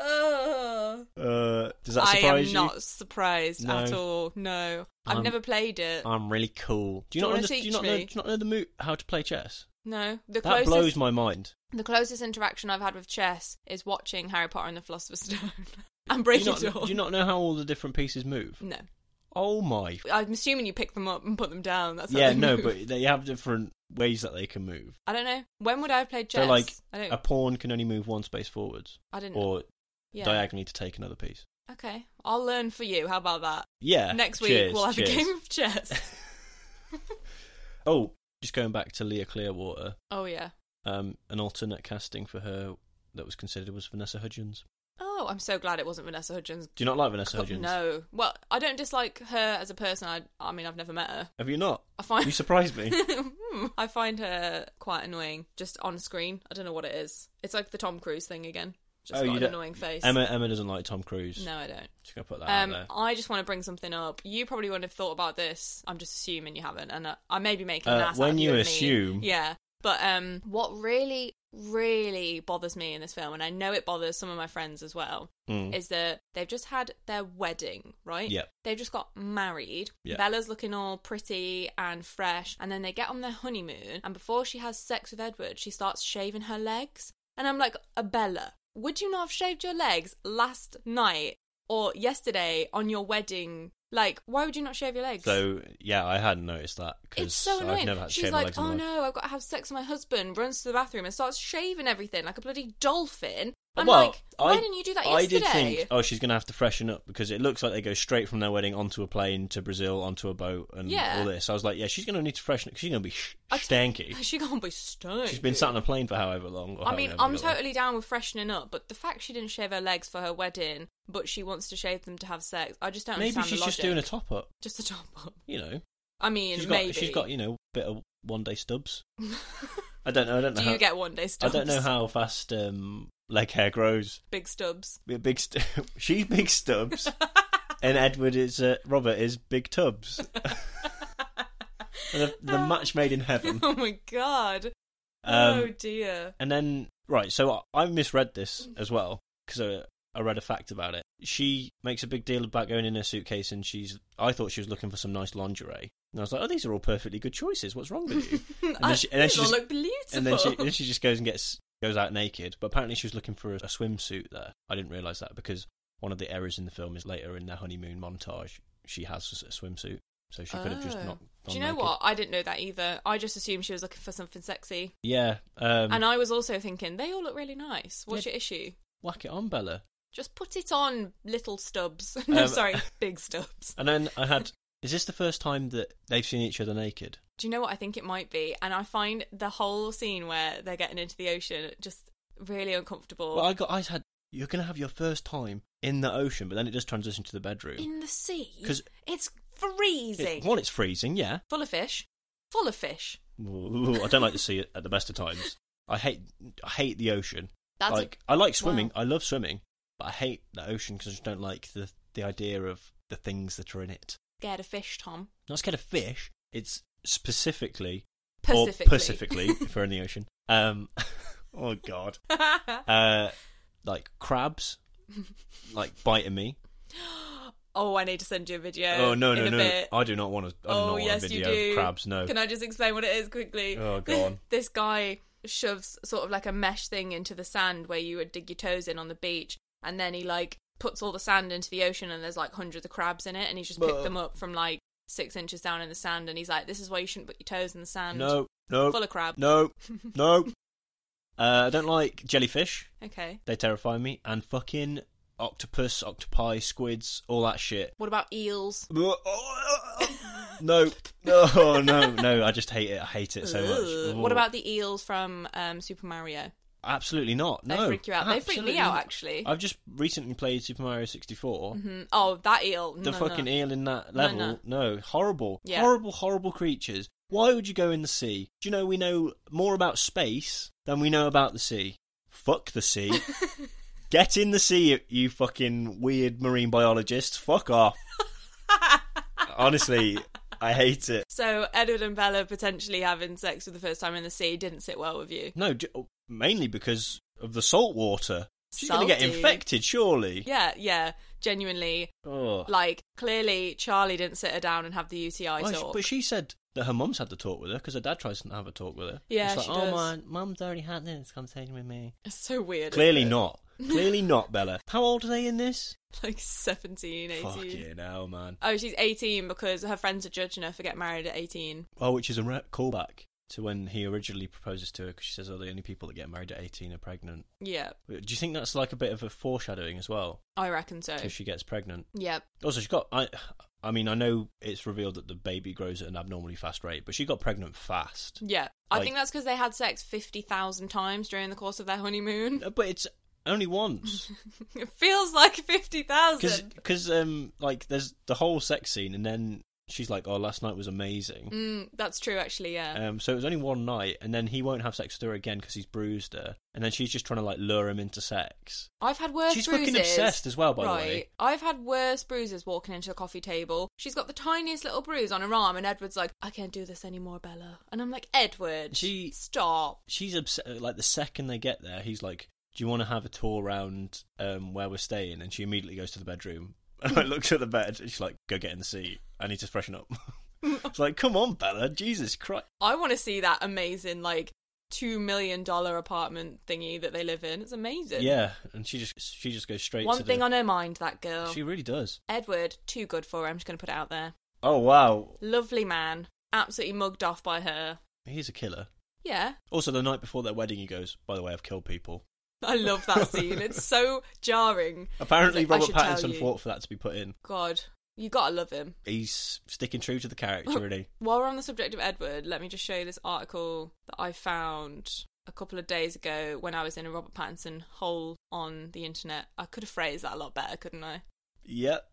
Oh. Uh, does that I surprise am you? not surprised No. at all. No, I've I'm- never played it. I'm really cool. Do you not Do you wanna understand? Do you teach not know? me? Do you not know the mo- how to play chess? no, the that closest blows my mind. the closest interaction I've had with chess is watching Harry Potter and the Philosopher's Stone. and Do you, breaking not, it do all. you not know how all the different pieces move? No, Oh my! I'm assuming you pick them up and put them down. That's how yeah, they no, move. but they have different ways that they can move. I don't know. When would I have played chess? So, like, I don't. a pawn can only move one space forwards I didn't. or yeah. diagonally to take another piece. Okay, I'll learn for you. How about that? Yeah. Next week cheers, we'll have cheers. a game of chess. Oh, just going back to Leah Clearwater, oh yeah. um, an alternate casting for her that was considered was Vanessa Hudgens. Oh, I'm so glad it wasn't Vanessa Hudgens. Do you not like Vanessa God, Hudgens? No. Well, I don't dislike her as a person. I, I mean, I've never met her. Have you not? I find You surprised me. Hmm. I find her quite annoying, just on screen. I don't know what it is. It's like the Tom Cruise thing again. Just Oh, you got an don't- annoying face. Emma Ah, Emma doesn't like Tom Cruise. No, I don't. Just gonna put that out Um, there. I just want to bring something up. You probably wouldn't have thought about this. I'm just assuming you haven't, and I, I may be making an Uh, ass out when of you and me. assume- yeah. But um, what really, really bothers me in this film, and I know it bothers some of my friends as well, Mm. is that they've just had their wedding, right? Yep. They've just got married. Yep. Bella's looking all pretty and fresh. And then they get on their honeymoon. And before she has sex with Edward, she starts shaving her legs. And I'm like, "Uh, Bella, would you not have shaved your legs last night or yesterday on your wedding? Like, why would you not shave your legs? So yeah, I hadn't noticed that it's because so I've annoying. never had to She's shave my like, legs. in my oh life. no, I've got to have sex with my husband, runs to the bathroom and starts shaving everything like a bloody dolphin. I'm well, like, why I, didn't you do that I yesterday? did think, oh, she's going to have to freshen up because it looks like they go straight from their wedding onto a plane to Brazil onto a boat and Yeah. all this. I was like, yeah, she's going to need to freshen up 'cause she's going to be sh- I t- stanky. She gonna be stoned. She's been sat on a plane for however long. Or I mean, however I'm little. totally down with freshening up, but the fact she didn't shave her legs for her wedding, but she wants to shave them to have sex, I just don't Maybe understand she's the just logic. doing a top up. just a top up. You know, I mean, she's got maybe she's got you know a bit of one day stubs. I don't know. I don't know. Do how, you get one day I stubs? don't know how fast um, leg hair grows. big stubs. We're Big st- she's big stubs, and Edward is uh, Robert is big tubs. the, the match made in heaven. oh my god! oh Um, dear. and then right, so I, I misread this as well because I, I read a fact about it. She makes a big deal about going in her suitcase, and she's I thought she was looking for some nice lingerie, and I was like, oh, these are all perfectly good choices. What's wrong with you? And I- these all just- look beautiful. and then she then she just goes and gets goes out naked. But apparently she was looking for a, a swimsuit there. I didn't realize that because one of the errors in the film is later in their honeymoon montage she has a swimsuit, so she could have just Oh. not. Do gone you know naked. what? I didn't know that either. I just assumed she was looking for something sexy, Yeah, um, and I was also thinking they all look really nice. What's Yeah. your issue? whack it on, Bella. Just put it on, little stubs. no, Um, sorry, big stubs. And then I had. Is this the first time that they've seen each other naked? Do you know what I think it might be? And I find the whole scene where they're getting into the ocean just really uncomfortable. Well, I got. I had. You're gonna have your first time in the ocean, but then it does transition to the bedroom. In the sea, 'Cause- it's freezing. It, well, it's freezing. Yeah. Full of fish. Full of fish. Ooh, I don't like to see it at the best of times. I hate. I hate the ocean. That's like I like wow. swimming. I love swimming, but I hate the ocean because I just don't like the the idea of the things that are in it. Scared of fish, Tom. Not scared of fish. It's specifically Pacifically. or pacifically if we're in the ocean. Um, oh god. Uh, like crabs, like biting me. oh, I need to send you a video. oh no no in no! a Bit. I do not want to. I do oh not yes, want a you video do. of crabs. No. Can I just explain what it is quickly? Oh, go on. this guy shoves sort of like a mesh thing into the sand where you would dig your toes in on the beach, and then he like puts all the sand into the ocean, and there's like hundreds of crabs in it, and he's just picked Bah. them up from like six inches down in the sand, and he's like, "This is why you shouldn't put your toes in the sand." no no full of crab. no no. Uh, I don't like jellyfish. Okay. They terrify me. And fucking octopus, octopi, squids, all that shit. What about eels? No, no, no, no! I just hate it. I hate it so much. Oh, Ugh. What about the eels from um, Super Mario? Absolutely not. They No, freak you out. They freak me Absolutely out, not. actually. I've just recently played Super Mario 64. Mhm. Oh, that eel. The No, fucking no. eel in that No, level, no. no, horrible, Yeah. horrible, horrible creatures. Why would you go in the sea? Do you know we know more about space than we know about the sea? Fuck the sea. Get in the sea, you fucking weird marine biologists. Fuck off. Honestly, I hate it. So Edward and Bella potentially having sex for the first time in the sea didn't sit well with you. No, ju- mainly because of the salt water. She's going to get Salty. infected, surely. Yeah, yeah, genuinely. Oh. Like, clearly, Charlie didn't sit her down and have the UTI Well, she- talk. But she said that her mum's had the talk with her because her dad tries to have a talk with her. Yeah, it's like, she oh does. my mum's already had this conversation with me. It's so weird. Clearly isn't it? not. Clearly not, Bella. How old are they in this? Like 17, 18. Fuck you now, man. Oh, she's 18 because her friends are judging her for getting married at 18. Well, Oh, which is a re- callback to when he originally proposes to her because she says, "Oh, the only people that get married at eighteen are pregnant." Yeah, Do you think that's like a bit of a foreshadowing as well? I reckon so. If she gets pregnant, Yep. also she got. I, I mean, I know it's revealed that the baby grows at an abnormally fast rate, but she got pregnant fast. Yeah. I Like- think that's because they had sex 50,000 times during the course of their honeymoon. Uh, But it's only once. It feels like 50,000. because um like there's the whole sex scene and then she's like oh last night was amazing Mm, that's true, actually, yeah. um so it was only one night and then he won't have sex with her again because he's bruised her and then she's just trying to like lure him into sex I've had worse she's bruises. fucking obsessed as well by right. the way I've had worse bruises walking into a coffee table. She's got the tiniest little bruise on her arm, and Edward's like, I can't do this anymore, Bella. And I'm like, Edward, She- stop. she's obsessed like the second they get there he's like do you want to have a tour around um where we're staying and she immediately goes to the bedroom and I looked at the bed and she's like go get in the seat I need to freshen up it's like come on Bella Jesus Christ I want to see that amazing, like, two million dollar apartment thingy that they live in. It's amazing. yeah and she just she just goes straight One to thing the, on her mind, that girl. she really does Edward, too good for her. I'm just going to put it out there. Oh wow, Lovely man. Absolutely mugged off by her. he's a killer. Yeah. Also, the night before their wedding, he goes, "By the way, I've killed people." I love that scene. It's so jarring. Apparently, He's like, "I Robert should tell Pattinson you." fought for that to be put in. God, you gotta love him. He's sticking true to the character, really. While we're on the subject of Edward, let me just show you this article that I found a couple of days ago when I was in a Robert Pattinson hole on the internet. I could have phrased that a lot better, couldn't I? Yep.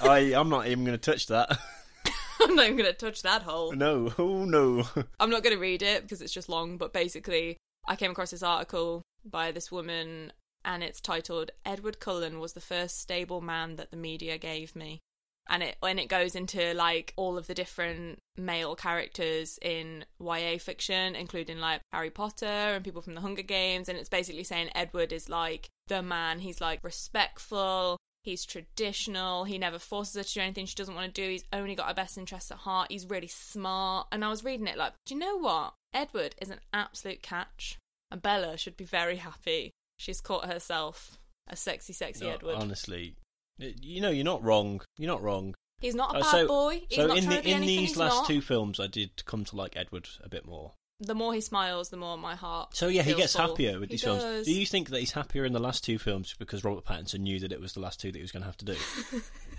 I, I'm not even going to touch that. I'm not even gonna touch that hole. no, oh no. I'm not going to read it because it's just long, but basically, I came across this article by this woman and it's titled Edward Cullen was the first stable man that the media gave me. And it and it goes into like all of the different male characters in YA fiction, including like Harry Potter and people from the Hunger Games, and it's basically saying Edward is like the man. He's like respectful, he's traditional, he never forces her to do anything she doesn't want to do, he's only got her best interests at heart, he's really smart. And I was reading it like, do you know what? Edward is an absolute catch. And Bella should be very happy. She's caught herself a sexy, sexy No, Edward. Honestly, you know, you're not wrong. You're not wrong. He's not a Uh, bad so, boy. He's so not in trying the to be in anything. these he's last not. two films, I did come to like Edward a bit more. The more he smiles, the more my heart. So yeah, he feels gets full. happier with He these does. films. Do you think that he's happier in the last two films because Robert Pattinson knew that it was the last two that he was going to have to do?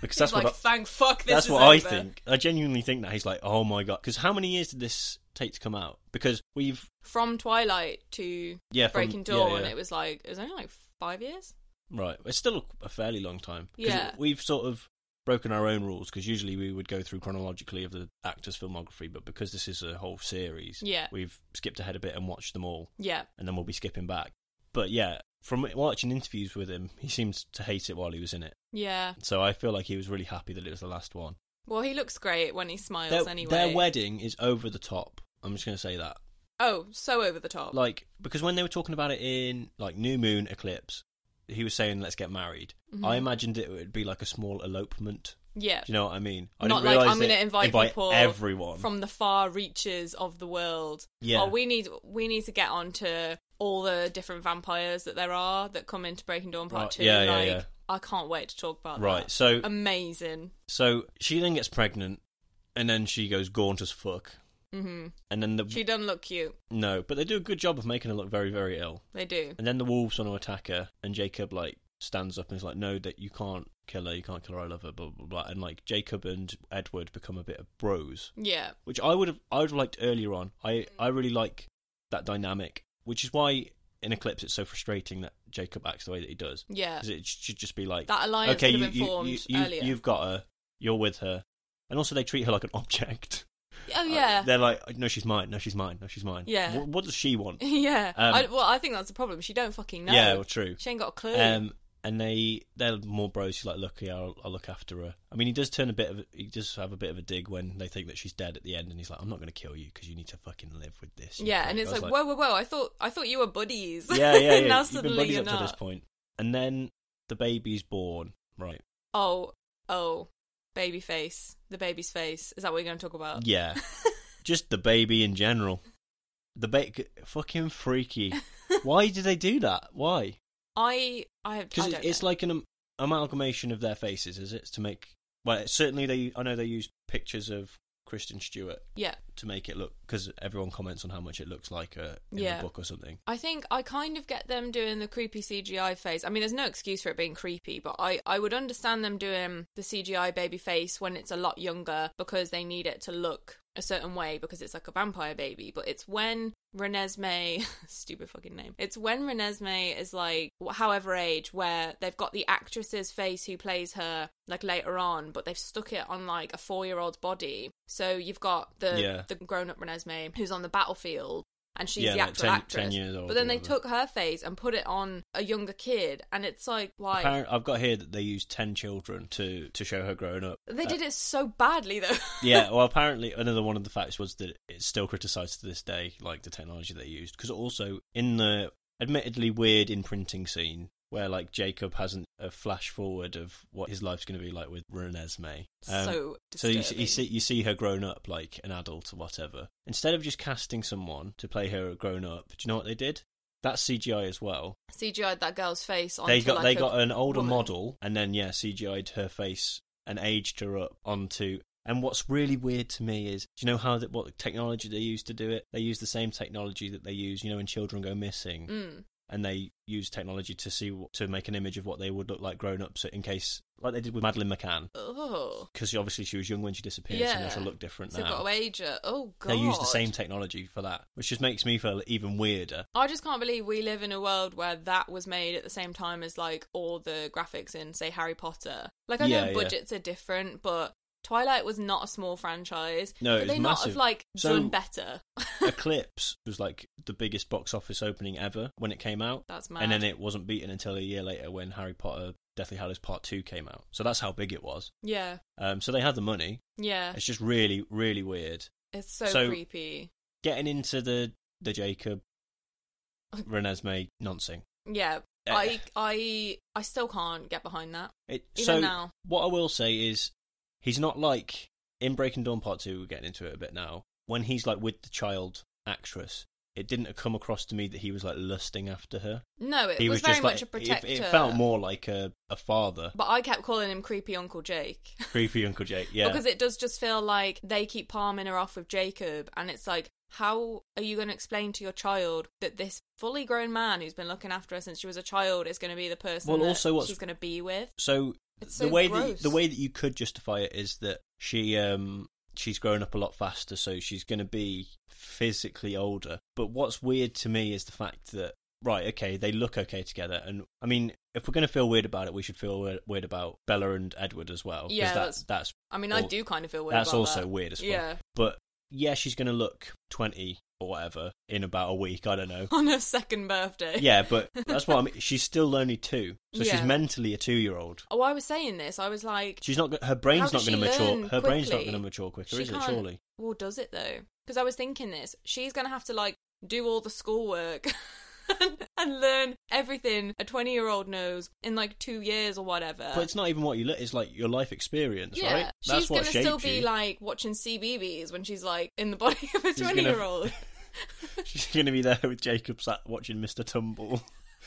Because He's that's like, what I- thank fuck this. That's is what I over." think. I genuinely think that he's like, oh my god, because how many years did this take to come out? Because we've From Twilight to yeah, from, Breaking yeah, Dawn, yeah. it was like it was only like five years. right. It's still a fairly long time. 'Cause Yeah. we've sort of broken our own rules because usually we would go through chronologically of the actors' filmography, but because this is a whole series, Yeah. we've skipped ahead a bit and watched them all, Yeah, and then we'll be skipping back. But yeah, From watching interviews with him, he seems to hate it while he was in it. Yeah. So I feel like he was really happy that it was the last one. Well, he looks great when he smiles Their, anyway. their wedding is over the top. I'm just going to say that. oh, so over the top. Like, because when they were talking about it in, like, New Moon Eclipse, he was saying, let's get married. Mm-hmm. I imagined it would be like a small elopement. yeah. Do you know what I mean? I Not didn't like realise I'm going to they invite, people everyone. from the far reaches of the world. Yeah. Oh, we need we need to get on to all the different vampires that there are that come into Breaking Dawn Part Right, Two. yeah, yeah, like, yeah. I can't wait to talk about Right, that. so- amazing. So she then gets pregnant, and then she goes gaunt as fuck. hmm And then the She doesn't look cute. no, but they do a good job of making her look very, very ill. They do. And then the wolves want to attack her, and Jacob like stands up and is like, "No, that you can't kill her. You can't kill her. I love her." Blah blah blah. And like Jacob and Edward become a bit of bros, Yeah. which I would have I would have liked earlier on. I I really like that dynamic, which is why in Eclipse it's so frustrating that Jacob acts the way that he does. Yeah. 'Cause it should just be like That alliance Okay, would you, have been you, formed you, you, earlier. you've got her. You're with her, and also they treat her like an object. Oh Uh, yeah. they're like, no, she's mine. No, she's mine. No, she's mine. Yeah. What, what does she want? yeah. Um, I, well, I think that's the problem. She don't fucking know. Yeah, well, true. She ain't got a clue. Um, and they they're more bros. She's like, look, yeah, I'll, I'll look after her. I mean, he does turn a bit of he does have a bit of a dig when they think that she's dead at the end, and he's like, I'm not going to kill you because you need to fucking live with this. you yeah, prick." and it's I was like, whoa, whoa, whoa! I thought I thought you were buddies. yeah, yeah, yeah. now You've been suddenly buddies you're up not. to this point, and then the baby's born. Right. Oh, oh, baby face. The baby's face. Is that what you're going to talk about? Yeah. Just the baby in general. The ba- fucking freaky. Why do they do that? Why? I, I, Because I it, don't it's know. like an am- amalgamation of their faces, is it? To make well, it- certainly they. I know they use pictures of Kristen Stewart yeah. to make it look because everyone comments on how much it looks like her in Yeah. the book or something. I think I kind of get them doing the creepy CGI face. I mean, there's no excuse for it being creepy, but I, I would understand them doing the CGI baby face when it's a lot younger because they need it to look a certain way because it's like a vampire baby. But it's when Renesmee, stupid fucking name, it's when Renesmee is like, wh- however age, where they've got the actress's face who plays her like later on, but they've stuck it on like a four year old's body. So you've got the, Yeah. the grown up Renesmee who's on the battlefield and she's Yeah, the like actual 10 actress. 10 years old but then or they whatever. took her face and put it on a younger kid, and it's like, why? Apparent- I've got here that they use ten children to to show her growing up. they Uh, did it so badly, though. yeah, well, apparently another one of the facts was that it's still criticised to this day, like the technology they used, because also in the admittedly weird imprinting scene where like Jacob has an, a flash forward of what his life's going to be like with Renesmee. So so you, see- disturbing. you see you see her grown up like an adult or whatever. Instead of just casting someone to play her grown up, do you know what they did? That's CGI as well. CGI'd that girl's face onto They got like they a got an older woman. model, and then yeah, CGI'd her face and aged her up onto. And what's really weird to me is, do you know how that what technology they use to do it? They use the same technology that they use, you know, when children go missing, Mm. and they use technology to see what- to make an image of what they would look like grown up, so in case like they did with Madeline McCann, Oh, because obviously she was young when she disappeared, so Yeah. now she'll look different so now. got to age her. Oh god, they use the same technology for that, which just makes me feel even weirder. I just can't believe we live in a world where that was made at the same time as like all the graphics in, say, Harry Potter. Like I Yeah, know yeah. budgets are different, but Twilight was not a small franchise. No, it Could was they not massive. have like So- done better? Eclipse was like the biggest box office opening ever when it came out. That's mad. And then it wasn't beaten until a year later when Harry Potter Deathly Hallows Part 2 came out. So that's how big it was. yeah, Um, so they had the money. yeah. It's just really, really weird. It's so, So- creepy. Getting into the, the Jacob Renesmee nonsing. Yeah. Uh, I I I still can't get behind that. It, Even so now. what I will say is he's not like in Breaking Dawn Part 2, we're getting into it a bit now, when he's like with the child actress. It didn't come across to me that he was like lusting after her. No, it he was, was, very just much like a protector. It, it felt more like a, a father, But I kept calling him creepy Uncle Jake. creepy Uncle Jake. Yeah, Because it does just feel like they keep palming her off with Jacob and it's like how are you going to explain to your child that this fully grown man who's been looking after her since she was a child is going to be the person Well, that also what's- she's going to be with? so It's the so way gross. that the way that you could justify it is that she um she's grown up a lot faster, so she's going to be physically older. But what's weird to me is the fact that right, okay, they look okay together, and I mean, if we're going to feel weird about it, we should feel weird, weird about Bella and Edward as well. 'cause Yeah, that's that's- that's I mean, I all- do kind of feel weird that's about also that. weird as fuck. Yeah. But yeah, she's going to look twenty or whatever in about a week. I don't know. on her second birthday. yeah, but that's what I mean. She's still only two, so Yeah. she's mentally a two-year-old. Oh, I was saying this. I was like, She's not. go- Her brain's How not does going to she mature. learn Her brain's not quickly? going to mature quicker, She is it? can't- Surely. well, does it though? Because I was thinking this. She's going to have to like do all the schoolwork and, and learn everything a 20 year old knows in like two years or whatever. But it's not even what you look. It's like your life experience, uh, yeah, right? That's she's what gonna shaped still be you. like watching CBBS when she's like in the body of a She's gonna- twenty-year-old. She's going to be there with Jacob sat watching Mr. Tumble.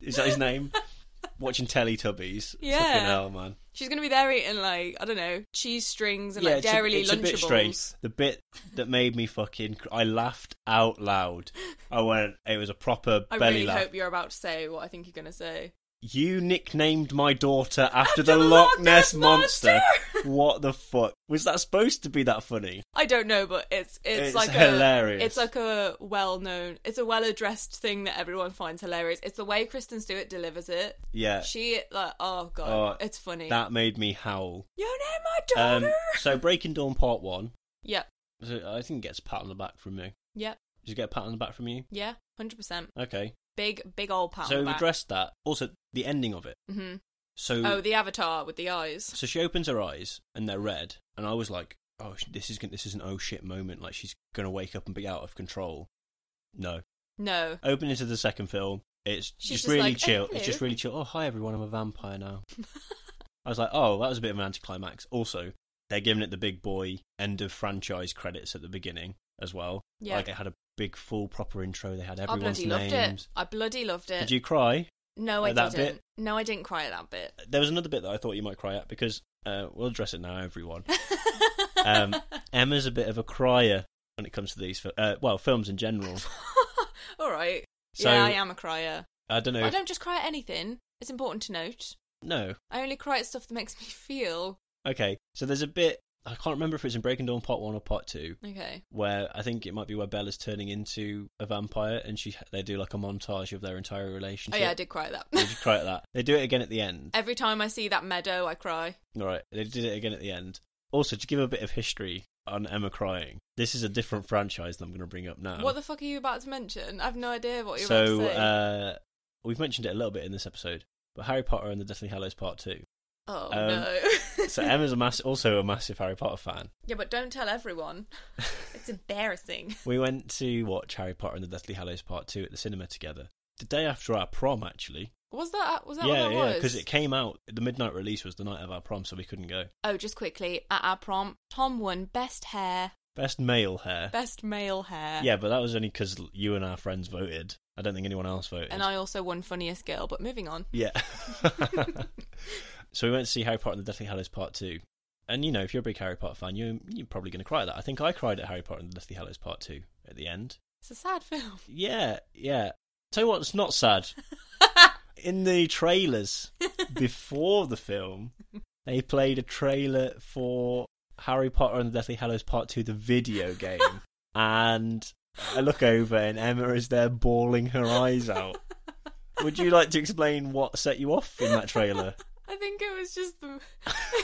Is that his name? watching Teletubbies. Fucking Yeah. hell, man. She's gonna be there eating like I don't know cheese strings and like it's, a, dairy it's a bit strange. lunchables. The bit that made me fucking, cr- I laughed out loud. I went, it was a proper I belly really laugh. hope you're about to say what I think you're gonna say. You nicknamed my daughter after, the Loch Ness monster. what the fuck was that supposed to be? That funny? I don't know, but it's it's, It's like hilarious. A, it's like a well-known, it's a well-addressed thing that everyone finds hilarious. It's the way Kristen Stewart delivers it. Yeah, She like oh Oh, god, it's funny. that made me howl. Um, you know my daughter. so Breaking Dawn Part One. yep, So I think it gets a pat on the back from me. yep, Did you get a pat on the back from you? yeah, hundred percent. Okay. Big, big old pound. so we've addressed that. Also, the ending of it. hmm So Oh, the avatar with the eyes. So she opens her eyes and they're red, and I was like, "Oh, sh- this is gon- this is an oh shit moment. Like she's gonna wake up and be out of control." No. No. Open into the second film. It's She's just just really like, chill. "Hello." It's just really chill. Oh hi everyone, I'm a vampire now. I was like, oh, that was a bit of an anticlimax. Also, they're giving it the big boy end of franchise credits at the beginning as well. Yeah. Like it had a big full proper intro. They had I everyone's bloody names. loved it. I bloody loved it. Did you cry? No, I at that didn't. bit? No, I didn't cry at that bit. There was another bit that I thought you might cry at because uh, we'll address it now, everyone. um, Emma's a bit of a crier when it comes to these, fil- uh, well, films in general. All right. So- yeah, I am a crier. I don't know. I if- don't just cry at anything. It's important to note. No. I only cry at stuff that makes me feel Okay. So there's a bit. I can't remember if it's in Breaking Dawn Part One or Part Two, okay. where I think it might be where Bella's turning into a vampire, and she they do like a montage of their entire Oh relationship. yeah, I did cry at They that. just cry at that. They do it again at the end. Every time I see that meadow, I cry. All right. They did it again at the end. Also, to give a bit of history on Emma crying, this is a different franchise that I'm going to bring up now. what the fuck are you about to mention? I've no idea what you're Oh. so about to say. uh, we've mentioned it a little bit in this episode, but Harry Potter and the Deathly Hallows Part Two. oh um, no. So Emma's a mass- also a massive Harry Potter fan. yeah, but don't tell everyone. It's embarrassing. We went to watch Harry Potter and the Deathly Hallows Part Two at the cinema together. The day after our prom, actually. Was that was that yeah, what that yeah, was? because it came out. The midnight release was the night of our prom, so we couldn't go. Oh, just quickly at our prom, Tom won best hair, Best male hair. best male hair. yeah, but that was only because you and our friends voted. I don't think anyone else voted. And I also won funniest girl. But moving on. Yeah. so we went to see Harry Potter and the Deathly Hallows Part Two, and you know, if you're a big Harry Potter fan, you you're probably going to cry at that. I think I cried at Harry Potter and the Deathly Hallows Part Two at the end. It's a sad film. Yeah, yeah. Tell you what's not sad. In the trailers before the film, they played a trailer for Harry Potter and the Deathly Hallows Part Two, the video game, and I look over and Emma is there bawling her eyes out. Would you like to explain what set you off in that trailer? I think it was just the.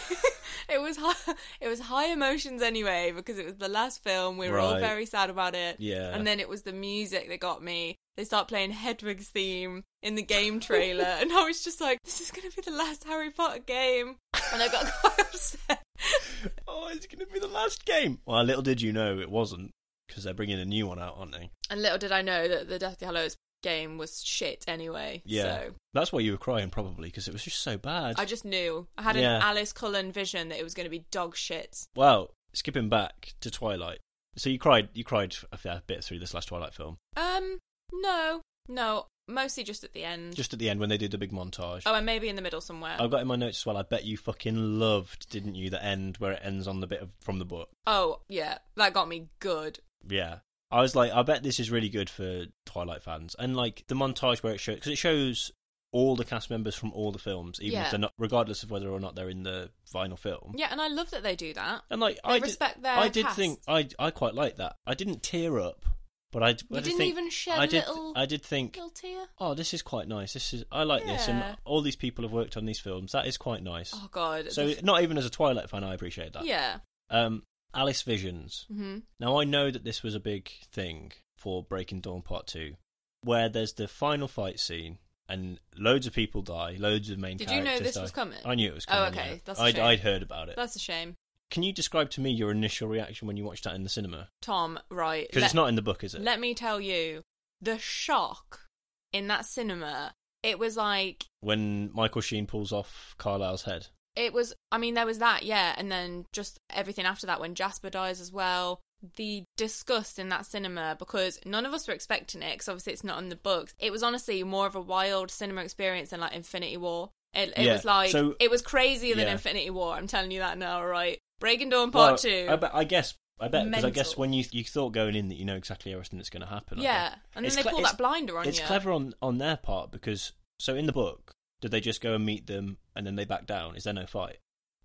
it was high, it was high emotions anyway because it was the last film. We were all Right. very sad about it. Yeah. And then it was the music that got me. They start playing Hedwig's theme in the game trailer, and I was just like, "This is going to be the last Harry Potter game," and I got quite upset. Oh, it's going to be the last game. Well, little did you know it wasn't, because they're bringing a new one out, aren't they? And little did I know that the Deathly Hallows game was shit anyway. Yeah. So That's why you were crying, probably, because it was just so bad. I just knew. I had Yeah. an Alice Cullen vision that it was going to be dog shit. Well, skipping back to Twilight. So you cried, you cried a fair bit through this last Twilight film, Um, no, no, mostly just at the end. just at the end when they do the big montage. Oh, and maybe in the middle somewhere. I've got in my notes as well. I bet you fucking loved, didn't you, the end where it ends on the bit of, from the book. Oh, yeah, that got me good. Yeah, I was like, I bet this is really good for Twilight fans, and like the montage where it shows because it shows all the cast members from all the films, even Yeah. if they're not, regardless of whether or not they're in the final film. Yeah, and I love that they do that. And like, They I respect did, their I did cast. think I I quite like that. I didn't tear up, but I, I did didn't think, even shed I a did, little- I did think Little tear. oh, this is quite nice. This is I like this, Yeah. and all these people have worked on these films. That is quite nice. Oh God. so, The- not even as a Twilight fan, I appreciate that. yeah. Um, Alice Visions. hmm Now, I know that this was a big thing for Breaking Dawn Part 2, where there's the final fight scene and loads of people die, loads of main Did you know characters this die. was coming? I knew it was Oh, coming. okay. yeah. That's a I'd, shame. I'd heard about it. That's a shame. Can you describe to me your initial reaction when you watched that in the cinema? Tom, right. Because it's let- not in the book, is it? Let me tell you, the shock in that cinema, it was like when Michael Sheen pulls off Carlisle's head. it was I mean, there was that, yeah, and then just everything after that when Jasper dies as well. The disgust in that cinema because none of us were expecting it because obviously it's not in the books. It was honestly more of a wild cinema experience than like Infinity War. It, it Yeah, was like so- it was crazier than yeah. Infinity War. I'm telling you that now, right? Breaking Dawn Part Well, Two. I, bet- I guess. I bet because I guess Mental. when you you thought going in that you know exactly everything that's going to happen. I Yeah, think. and then It's they pull it's- that blinder on It's you. clever on on their part because so in the book, did they just go and meet them and then they back down? Is there no fight?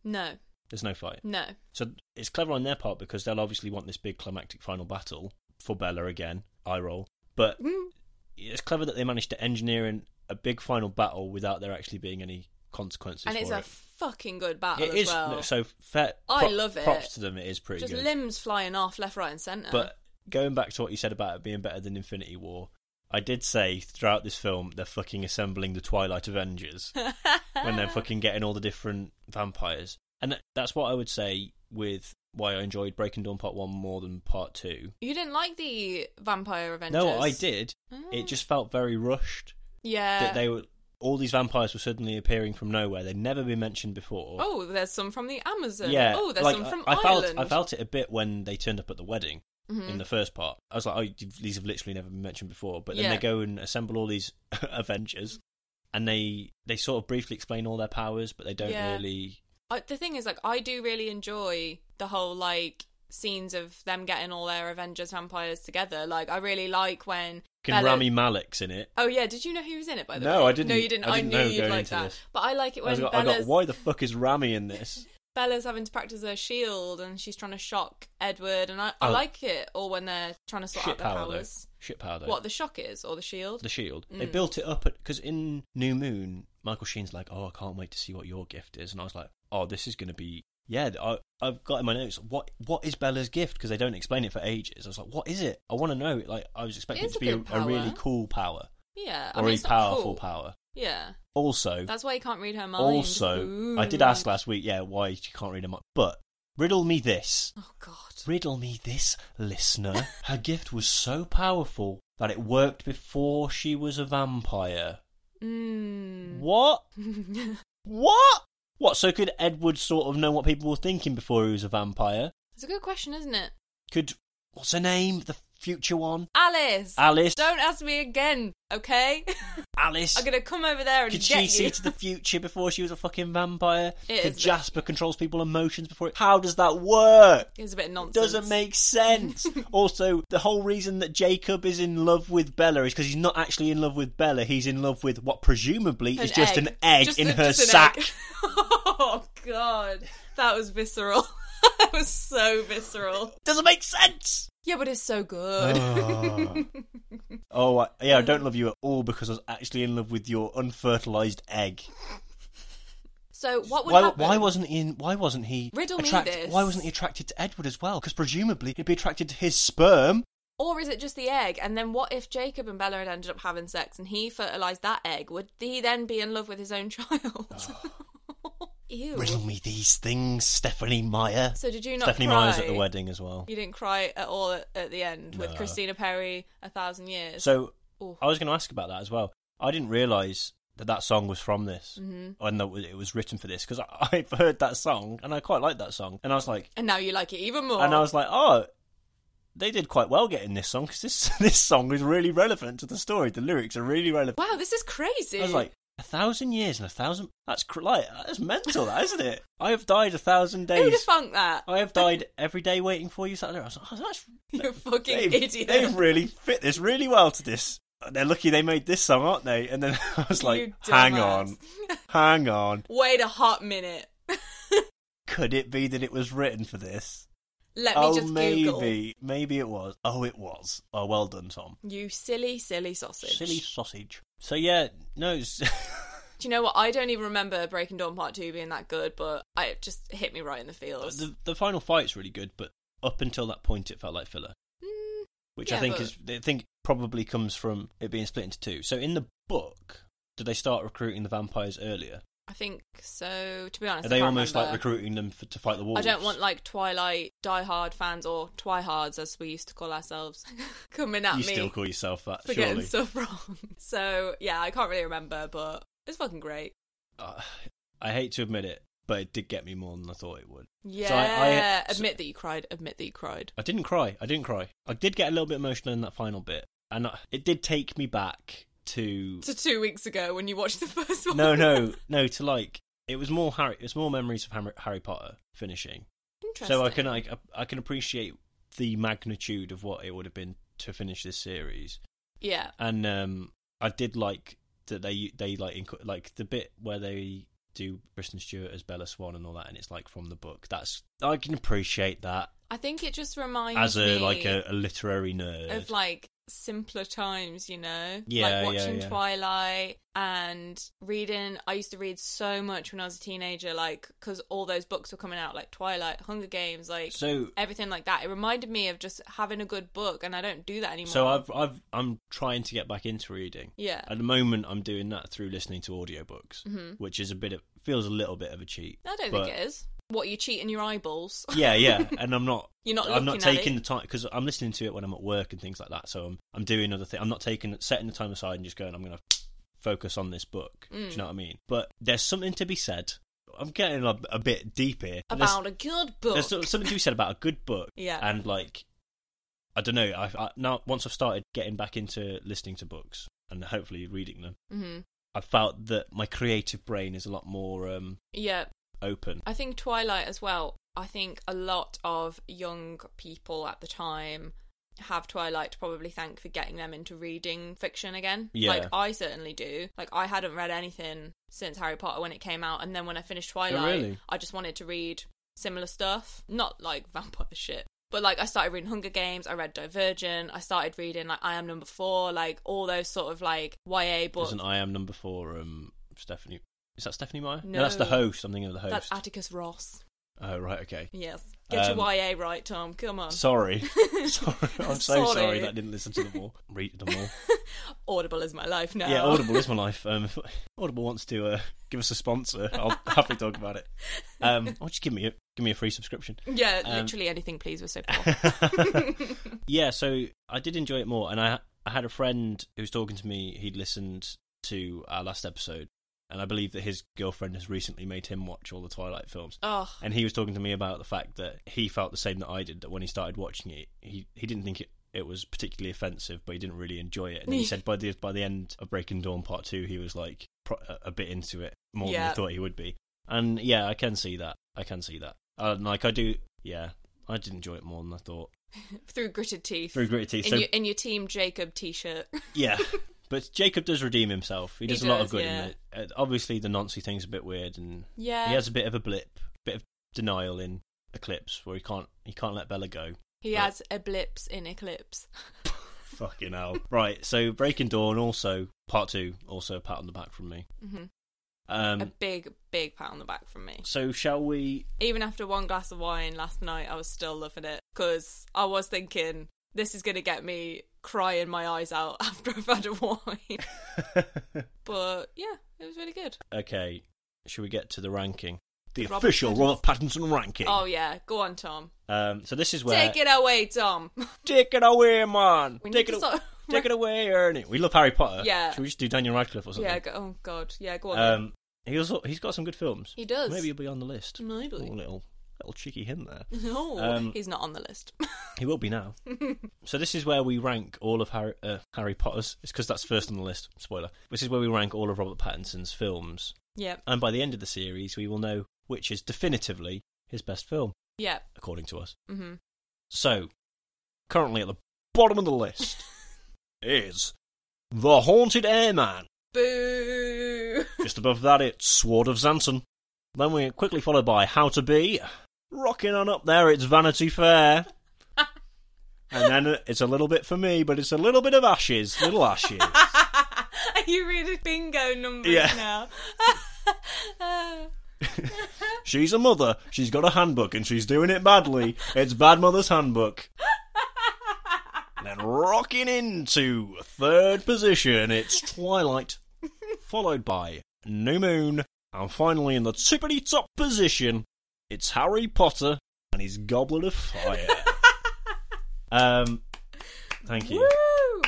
no, There's no fight. no, So it's clever on their part because they'll obviously want this big climactic final battle for Bella again. Eye roll, but Mm. it's clever that they managed to engineer in a big final battle without there actually being any consequences. and for it's it. a fucking good battle It as is well. no, so fair. I prop- love it. Props to them. It is pretty just good. limbs flying off left, right, and centre. But going back to what you said about it being better than Infinity War, I did say throughout this film they're fucking assembling the Twilight Avengers when they're fucking getting all the different vampires, and that- that's what I would say with why I enjoyed Breaking Dawn Part One more than Part Two. you didn't like the Vampire Avengers. Uh. No, I did. It just felt very rushed yeah. that they were all these vampires were suddenly appearing from nowhere. They'd never been mentioned before. Oh, there's some from the Amazon. Yeah. Oh, there's like, some I- from I, felt Ireland. I felt it a bit when they turned up at the wedding Mhm. in the first part. I was like, oh, you- these have literally never been mentioned before. But then Yeah. they go and assemble all these Avengers, and they they sort of briefly explain all their powers, but they don't Yeah. really. I, the thing is, like, I do really enjoy the whole like scenes of them getting all their Avengers vampires together. Like, I really like when Can Bella- Rami Malik's in it? Oh yeah, did you know he was in it by the way? No, I didn't. No, you didn't. I I, didn't knew know you'd going like into that. this. But I like it I, when was like, I got Bella's why the fuck is Rami in this? Bella's having to practice her shield and she's trying to shock Edward and I, I Oh. like it all when they're trying to sort Shit out their power though. powers. Shit power though. What the shock is or the shield? the shield. They Mm. built it up because in New Moon, Michael Sheen's like, "Oh, I can't wait to see what your gift is," and I was like, "Oh, this is going to be yeah." I, I've got in my notes what what is Bella's gift because they don't explain it for ages. I was like, "What is it?" I want to know. Like, I was expecting is it a to be a, good a really power. cool power yeah, or I mean, a it's not powerful cool. power. Yeah, Also, that's why you can't read her mind. also, I did Ooh. ask last week, yeah, why she can't read a mind, but riddle me this. Oh God. Riddle me this, listener. Her gift was so powerful that it worked before she was a vampire. Mm. What? What? What? So could Edward sort of know what people were thinking before he was a vampire? It's a good question, isn't it? Could what's her name? The future one, Alice. Alice. Don't ask me again, okay? Alice. I'm gonna come over there and Could get she see you. to the future before she was a fucking vampire? It Could is- Jasper controls people's emotions before? It... How does that work? it's a bit of nonsense. Doesn't make sense. also, the whole reason that Jacob is in love with Bella is because he's not actually in love with Bella. He's in love with what presumably An is just egg. an egg Just in a- her just an sack. egg. oh god, that was visceral. that was so visceral. Doesn't make sense. Yeah, but it's so good. Oh. oh, I, yeah, I don't love you at all because I was actually in love with your unfertilized egg. so what would Why, happen? why wasn't he? In, why wasn't he? Riddle me attracted, this. Why wasn't he attracted to Edward as well? Because presumably he'd be attracted to his sperm. Or is it just the egg? And then what if Jacob and Bella had ended up having sex and he fertilized that egg? Would he then be in love with his own child? Ew. Riddle me these things, Stephanie Meyer. So did you not Stephanie cry? Meyer's at the wedding as well. You didn't cry at all at, at the end with No. Christina Perry, A Thousand Years. So Oof. I was going to ask about that as well. I didn't realise that that song was from this, Mm-hmm. and that it was written for this because I've heard that song and I quite like that song, and I was like, and now you like it even more. And I was like, oh, they did quite well getting this song because this this song is really relevant to the story. The lyrics are really relevant. wow, this is crazy. I was like, a thousand years and a thousand. That's cr- like that's mental, that, isn't it? I have died a thousand who'd have days. thunk that? I have died every day waiting for you. Saturday. I was like, oh, that's You fucking they've, idiot. They've really fit this really well to this. They're lucky they made this song, aren't they? And then I was like, You hang on, dumbass. hang on. Wait a hot minute. Could it be that it was written for this? Let me oh, just maybe, Google. maybe it was. Oh, it was. Oh, well done, Tom. You silly, silly sausage. Silly sausage. So yeah, no, it's- Do you know what? I don't even remember Breaking Dawn Part 2 being that good, but I, it just hit me right in the feels. the the final fight's really good, but up until that point, it felt like filler. Mm, which I Yeah, think but- is I think probably comes from it being split into two. So in the book, do they start recruiting the vampires earlier? I think so. To be honest, Are I they can't almost like remember. recruiting them for, to fight the wolves? I don't want like Twilight diehard fans or Twihards as we used to call ourselves coming at you me still call yourself that, for surely? getting stuff wrong. So yeah, I can't really remember, but it's fucking great. Uh, I hate to admit it, but it did get me more than I thought it would. Yeah, I- so- admit that you cried. Admit that you cried. I didn't cry. I didn't cry. I did get a little bit emotional in that final bit, and I, it did take me back to To two weeks ago when you watched the first one. no, no, no. To like, it was more Harry. It's more memories of Hammer- Harry Potter finishing. Interesting. So I can I, I can appreciate the magnitude of what it would have been to finish this series, Yeah. and um, I did like that they they like inc- like the bit where they do Kristen Stewart as Bella Swan and all that, and it's like from the book. That's I can appreciate that I think it just reminds as a me like a, a literary nerd. of like simpler times, you know? Yeah, like yeah, watching yeah. Twilight and reading. I used to read so much when I was a teenager, like because all those books were coming out, like Twilight, Hunger Games, like so everything like that. It reminded me of just having a good book, and I don't do that anymore. so I've I've I'm trying to get back into reading. yeah, At the moment, I'm doing that through listening to audiobooks, which is a bit of feels a little bit of a cheat. I Mm-hmm. don't but- think it is. What you cheating your eyeballs? yeah, yeah, and I'm not. You're not I'm not looking at taking it. the time because I'm listening to it when I'm at work and things like that. So I'm I'm doing other things. I'm not taking setting the time aside and just going. I'm going to focus on this book. Do Mm. you know what I mean? But there's something to be said. I'm getting a, a bit deep here. There's- about a good book. there's, sort of something to be said about a good book. Yeah. and like I don't know. I, I now once I've started getting back into listening to books and hopefully reading them, hmm I felt that my creative brain is a lot more um, Yeah, open. I think Twilight as well. I think a lot of young people at the time have Twilight to probably thank for getting them into reading fiction again. Yeah. Like I certainly do. Like I hadn't read anything since Harry Potter when it came out and then when I finished Twilight Oh, really? I just wanted to read similar stuff. Not like vampire shit. But like I started reading Hunger Games, I read Divergent, I started reading like I Am Number Four, like all those sort of like YA books. Doesn't I am number four? Um, Stephanie. Is that Stephanie Meyer? No. that's the host. I'm thinking of the host. That's Atticus Ross. oh right, okay. Yes. Get Um, your YA right, Tom. Come on. Sorry, sorry. I'm so sorry. Sorry. that I didn't listen to them all. Read them all. Audible is my life now. Yeah, Audible is my life. Um, if Audible wants to uh, give us a sponsor. I'll happily talk about it. Um, or just give me a give me a free subscription. yeah, Um, literally anything, please. We're so poor. yeah, so I did enjoy it more, and I I had a friend who was talking to me. He'd listened to our last episode, and I believe that his girlfriend has recently made him watch all the Twilight films. oh, And he was talking to me about the fact that he felt the same that I did. That when he started watching it, he he didn't think it. It was particularly offensive, but he didn't really enjoy it. And then he said by the by the end of Breaking Dawn Part Two, he was like pro- a- a bit into it more than Yeah. he thought he would be. And yeah, I can see that. I can see that. And like I do, yeah, I did enjoy it more than I thought through gritted teeth. through gritted teeth. in, So your, in your Team Jacob t shirt. yeah, but Jacob does redeem himself. He He does a lot does, of good yeah. in it. Uh, obviously, the Nancy thing's a bit weird, and Yeah. he has a bit of a blip, bit of denial in Eclipse, where he can't he can't let Bella go. He Right. has eclipse in Eclipse. Fucking hell! right, so Breaking Dawn also part two, also a pat on the back from me. Mhm. a Um, big, big pat on the back from me. so shall we? Even after one glass of wine last night, I was still loving it because I was thinking, this is going to get me crying my eyes out after I've had a wine. but yeah, it was really good. okay, should we get to the ranking? The Robert official Pattinson. Robert Pattinson ranking. Oh, yeah. Go on, Tom. Um, so this is where Take it away, Tom. Take it away, man. We need Take to it, sort away. of- take it away, Ernie. We love Harry Potter. Yeah. Should we just do Daniel Radcliffe or something? Yeah, go, oh, God. Yeah, go on. then. Um, he also he's got some good films. He does. Maybe he'll be on the list. Maybe. Oh, little little cheeky hint there. No, Um, he's not on the list. He will be now. so this is where we rank all of Harry, uh, Harry Potter's. It's because that's first on the list. Spoiler. This is where we rank all of Robert Pattinson's films, yep, and by the end of the series, we will know which is definitively his best film, yep. according to us. hmm So, currently at the bottom of the list is The Haunted Airman. Boo! Just above that, it's Sword of Zanson. Then we quickly followed by How to Be. Rocking on up there, it's Vanity Fair. And then it's a little bit for me, but it's a little bit of ashes, little ashes. Are you reading bingo numbers Yeah. now? She's a mother. She's got a handbook, and she's doing it badly. It's Bad Mother's Handbook. Then rocking into third position, it's Twilight, followed by New Moon, and finally in the tippity top position, it's Harry Potter and his Goblet of Fire. um, thank you.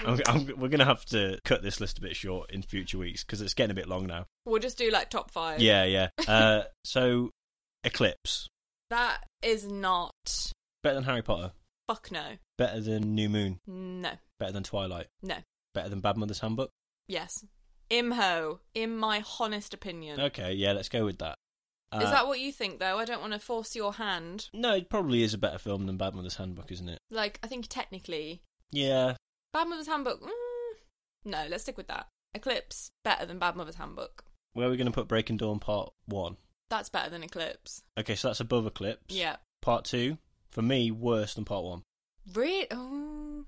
I'm, I'm, we're going to have to cut this list a bit short in future weeks because it's getting a bit long now. We'll just do like top five. Yeah, yeah. Uh, so, Eclipse. That is not. Better than Harry Potter. Fuck no. Better than New Moon. No. Better than Twilight. No. Better than Bad Mother's Handbook. Yes. Imho, in my honest opinion. Okay, yeah, let's go with that. Uh, is that what you think, though? I don't want to force your hand. No, it probably is a better film than Bad Mother's Handbook, isn't it? Like, I think technically, Yeah, Bad Mother's Handbook. Mm, no, let's stick with that. Eclipse, better than Bad Mother's Handbook. where are we going to put Breaking Dawn Part 1? That's better than Eclipse. Okay, so that's above Eclipse. Yeah. Part 2, for me, worse than Part 1. Really? Oh.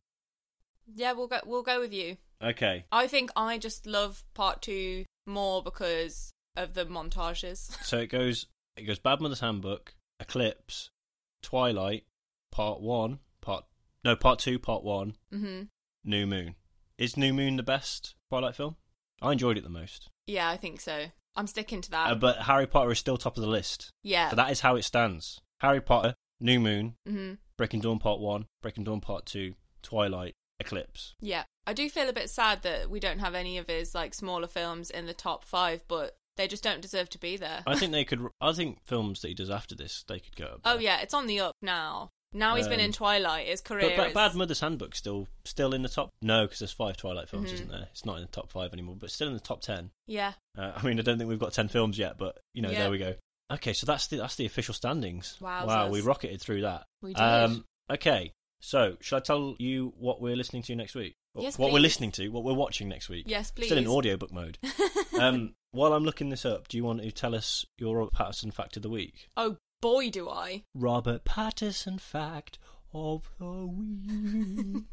Yeah, we'll go. We'll go with you. Okay. I think I just love part two more because of the montages. So it goes it goes Bad Mother's Handbook, Eclipse, Twilight, Part 1, Part No, Part 2, Part 1, hmm New Moon. Is New Moon the best Twilight film? I enjoyed it the most. Yeah, I think so. I'm sticking to that. Uh, but Harry Potter is still top of the list. yeah. So that is how it stands. Harry Potter, New Moon, hmm Breaking Dawn Part 1, Breaking Dawn Part 2, Twilight, Eclipse. Yeah. I do feel a bit sad that we don't have any of his like smaller films in the top five, but they just don't deserve to be there. I think they could. I think films that he does after this, they could go up. oh there. yeah, it's on the up now. Now he's been Um, in Twilight. His career But Ba- is Bad Mother's Handbook still still in the top. No, because there's five Twilight films, Mhm. isn't there? It's not in the top five anymore, but still in the top ten. yeah. Uh, I mean, I don't think we've got ten films yet, but you know, Yeah. there we go. Okay, so that's the that's the official standings. Wow, Wowzers. we rocketed through that. Um, We did. okay, so shall I tell you what we're listening to next week? Or Yes, what we're please. listening to, what we're watching next week. Yes, Still in please. audiobook mode. um, while I'm looking this up, do you want to tell us your Robert Patterson fact of the week? Oh boy, do I. Robert Patterson fact of the week.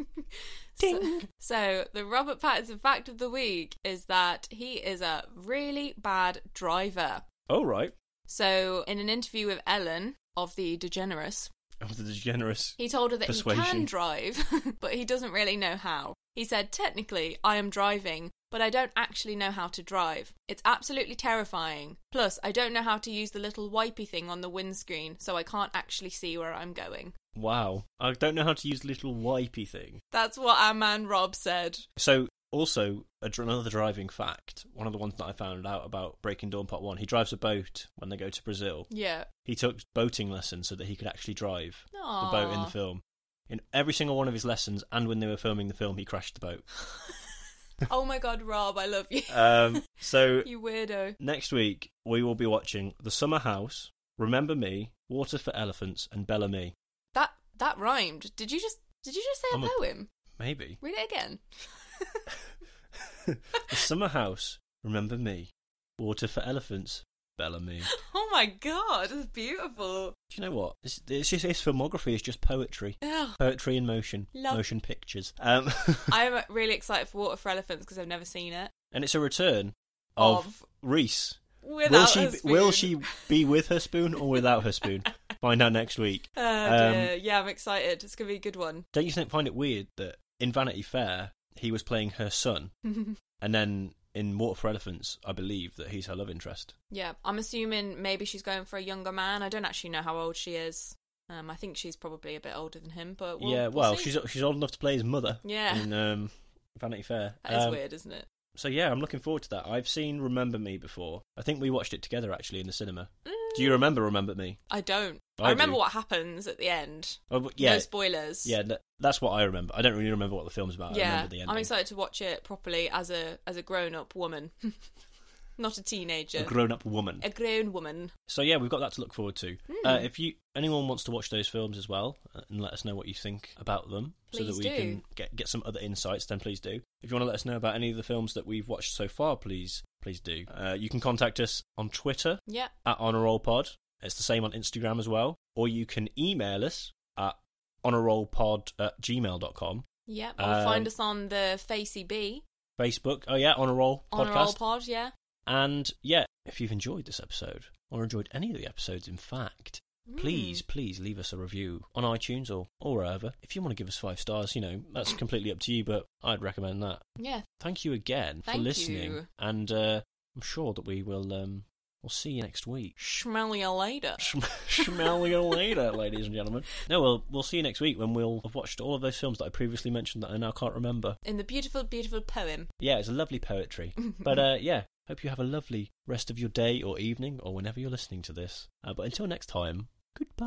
So, so the Robert Pattinson fact of the week is that he is a really bad driver. All right. So in an interview with Ellen of the DeGeneres, Of the generous. He told her that he Persuasion. can drive, but he doesn't really know how. He said, Technically, I am driving, but I don't actually know how to drive. It's absolutely terrifying. Plus, I don't know how to use the little wipey thing on the windscreen, so I can't actually see where I'm going. Wow. I don't know how to use the little wipey thing. That's what our man Rob said. So, also, a dr- another driving fact, one of the ones that I found out about Breaking Dawn Part 1, he drives a boat when they go to Brazil. Yeah. He took boating lessons so that he could actually drive Aww. the boat in the film. In every single one of his lessons, and when they were filming the film, he crashed the boat. oh my god, Rob, I love you. Um, so, you weirdo. next week, we will be watching The Summer House, Remember Me, Water for Elephants, and Bellamy. That that rhymed. Did you just did you just say I'm a a- poem? Maybe. Read it again. The Summer House, Remember Me, Water for Elephants, Bellamy. Oh my god, it's beautiful. Do you know what? It's, it's just his filmography is just poetry, Ugh. poetry in motion, Love- motion pictures. Um, I'm really excited for Water for Elephants because I've never seen it. and it's a return of, Of- Reese. Without will she? a be- Will she spoon. be with her spoon or without her spoon? Find out next week. Oh, Um, dear. yeah, I'm excited. It's gonna be a good one. Don't you think find it weird that in Vanity Fair he was playing her son, and then in Water for Elephants, I believe that he's her love interest. yeah, I'm assuming maybe she's going for a younger man. I don't actually know how old she is. Um, I think she's probably a bit older than him, but we'll, yeah, we'll well, see. she's she's old enough to play his mother. Yeah. In um, Vanity Fair. That is Um, weird, isn't it? So yeah, I'm looking forward to that. I've seen Remember Me before. I think we watched it together actually in the cinema. Mm. Do you remember Remember Me? I don't. I I, remember do. what happens at the end. Oh, but yeah, No spoilers. yeah. That, that's what I remember. I don't really remember what the film's about. I yeah. remember the ending. I'm excited to watch it properly as a as a grown up woman, not a teenager, A grown-up woman. a grown woman. So yeah, we've got that to look forward to. Hmm. Uh, if you anyone wants to watch those films as well, uh, and let us know what you think about them, so that Please we do. can get get some other insights, then please do. If you want to let us know about any of the films that we've watched so far, please please do. Uh, you can contact us on Twitter Yeah. at Honor Roll Pod. It's the same on Instagram as well. Or you can email us at honorrollpod at gmail.com. Yeah. Or find Um, us on the Facey B Facebook. Oh, yeah, Honor Roll on Podcast. a roll pod. Yeah. and yeah, if you've enjoyed this episode or enjoyed any of the episodes, in fact, please, Hmm. please leave us a review on iTunes or, or wherever. If you want to give us five stars, you know, that's completely up to you, but I'd recommend that. Yeah. Thank you again Thank for listening. you. And uh, I'm sure that we will um, we'll see you next week. Schmell you later. Schm- Smell you later, ladies and gentlemen. No, we'll, we'll see you next week when we'll have watched all of those films that I previously mentioned that I now can't remember. In the beautiful, beautiful poem. Yeah, it's a lovely poetry. but uh, yeah, hope you have a lovely rest of your day or evening or whenever you're listening to this. Uh, but until next time, Goodbye.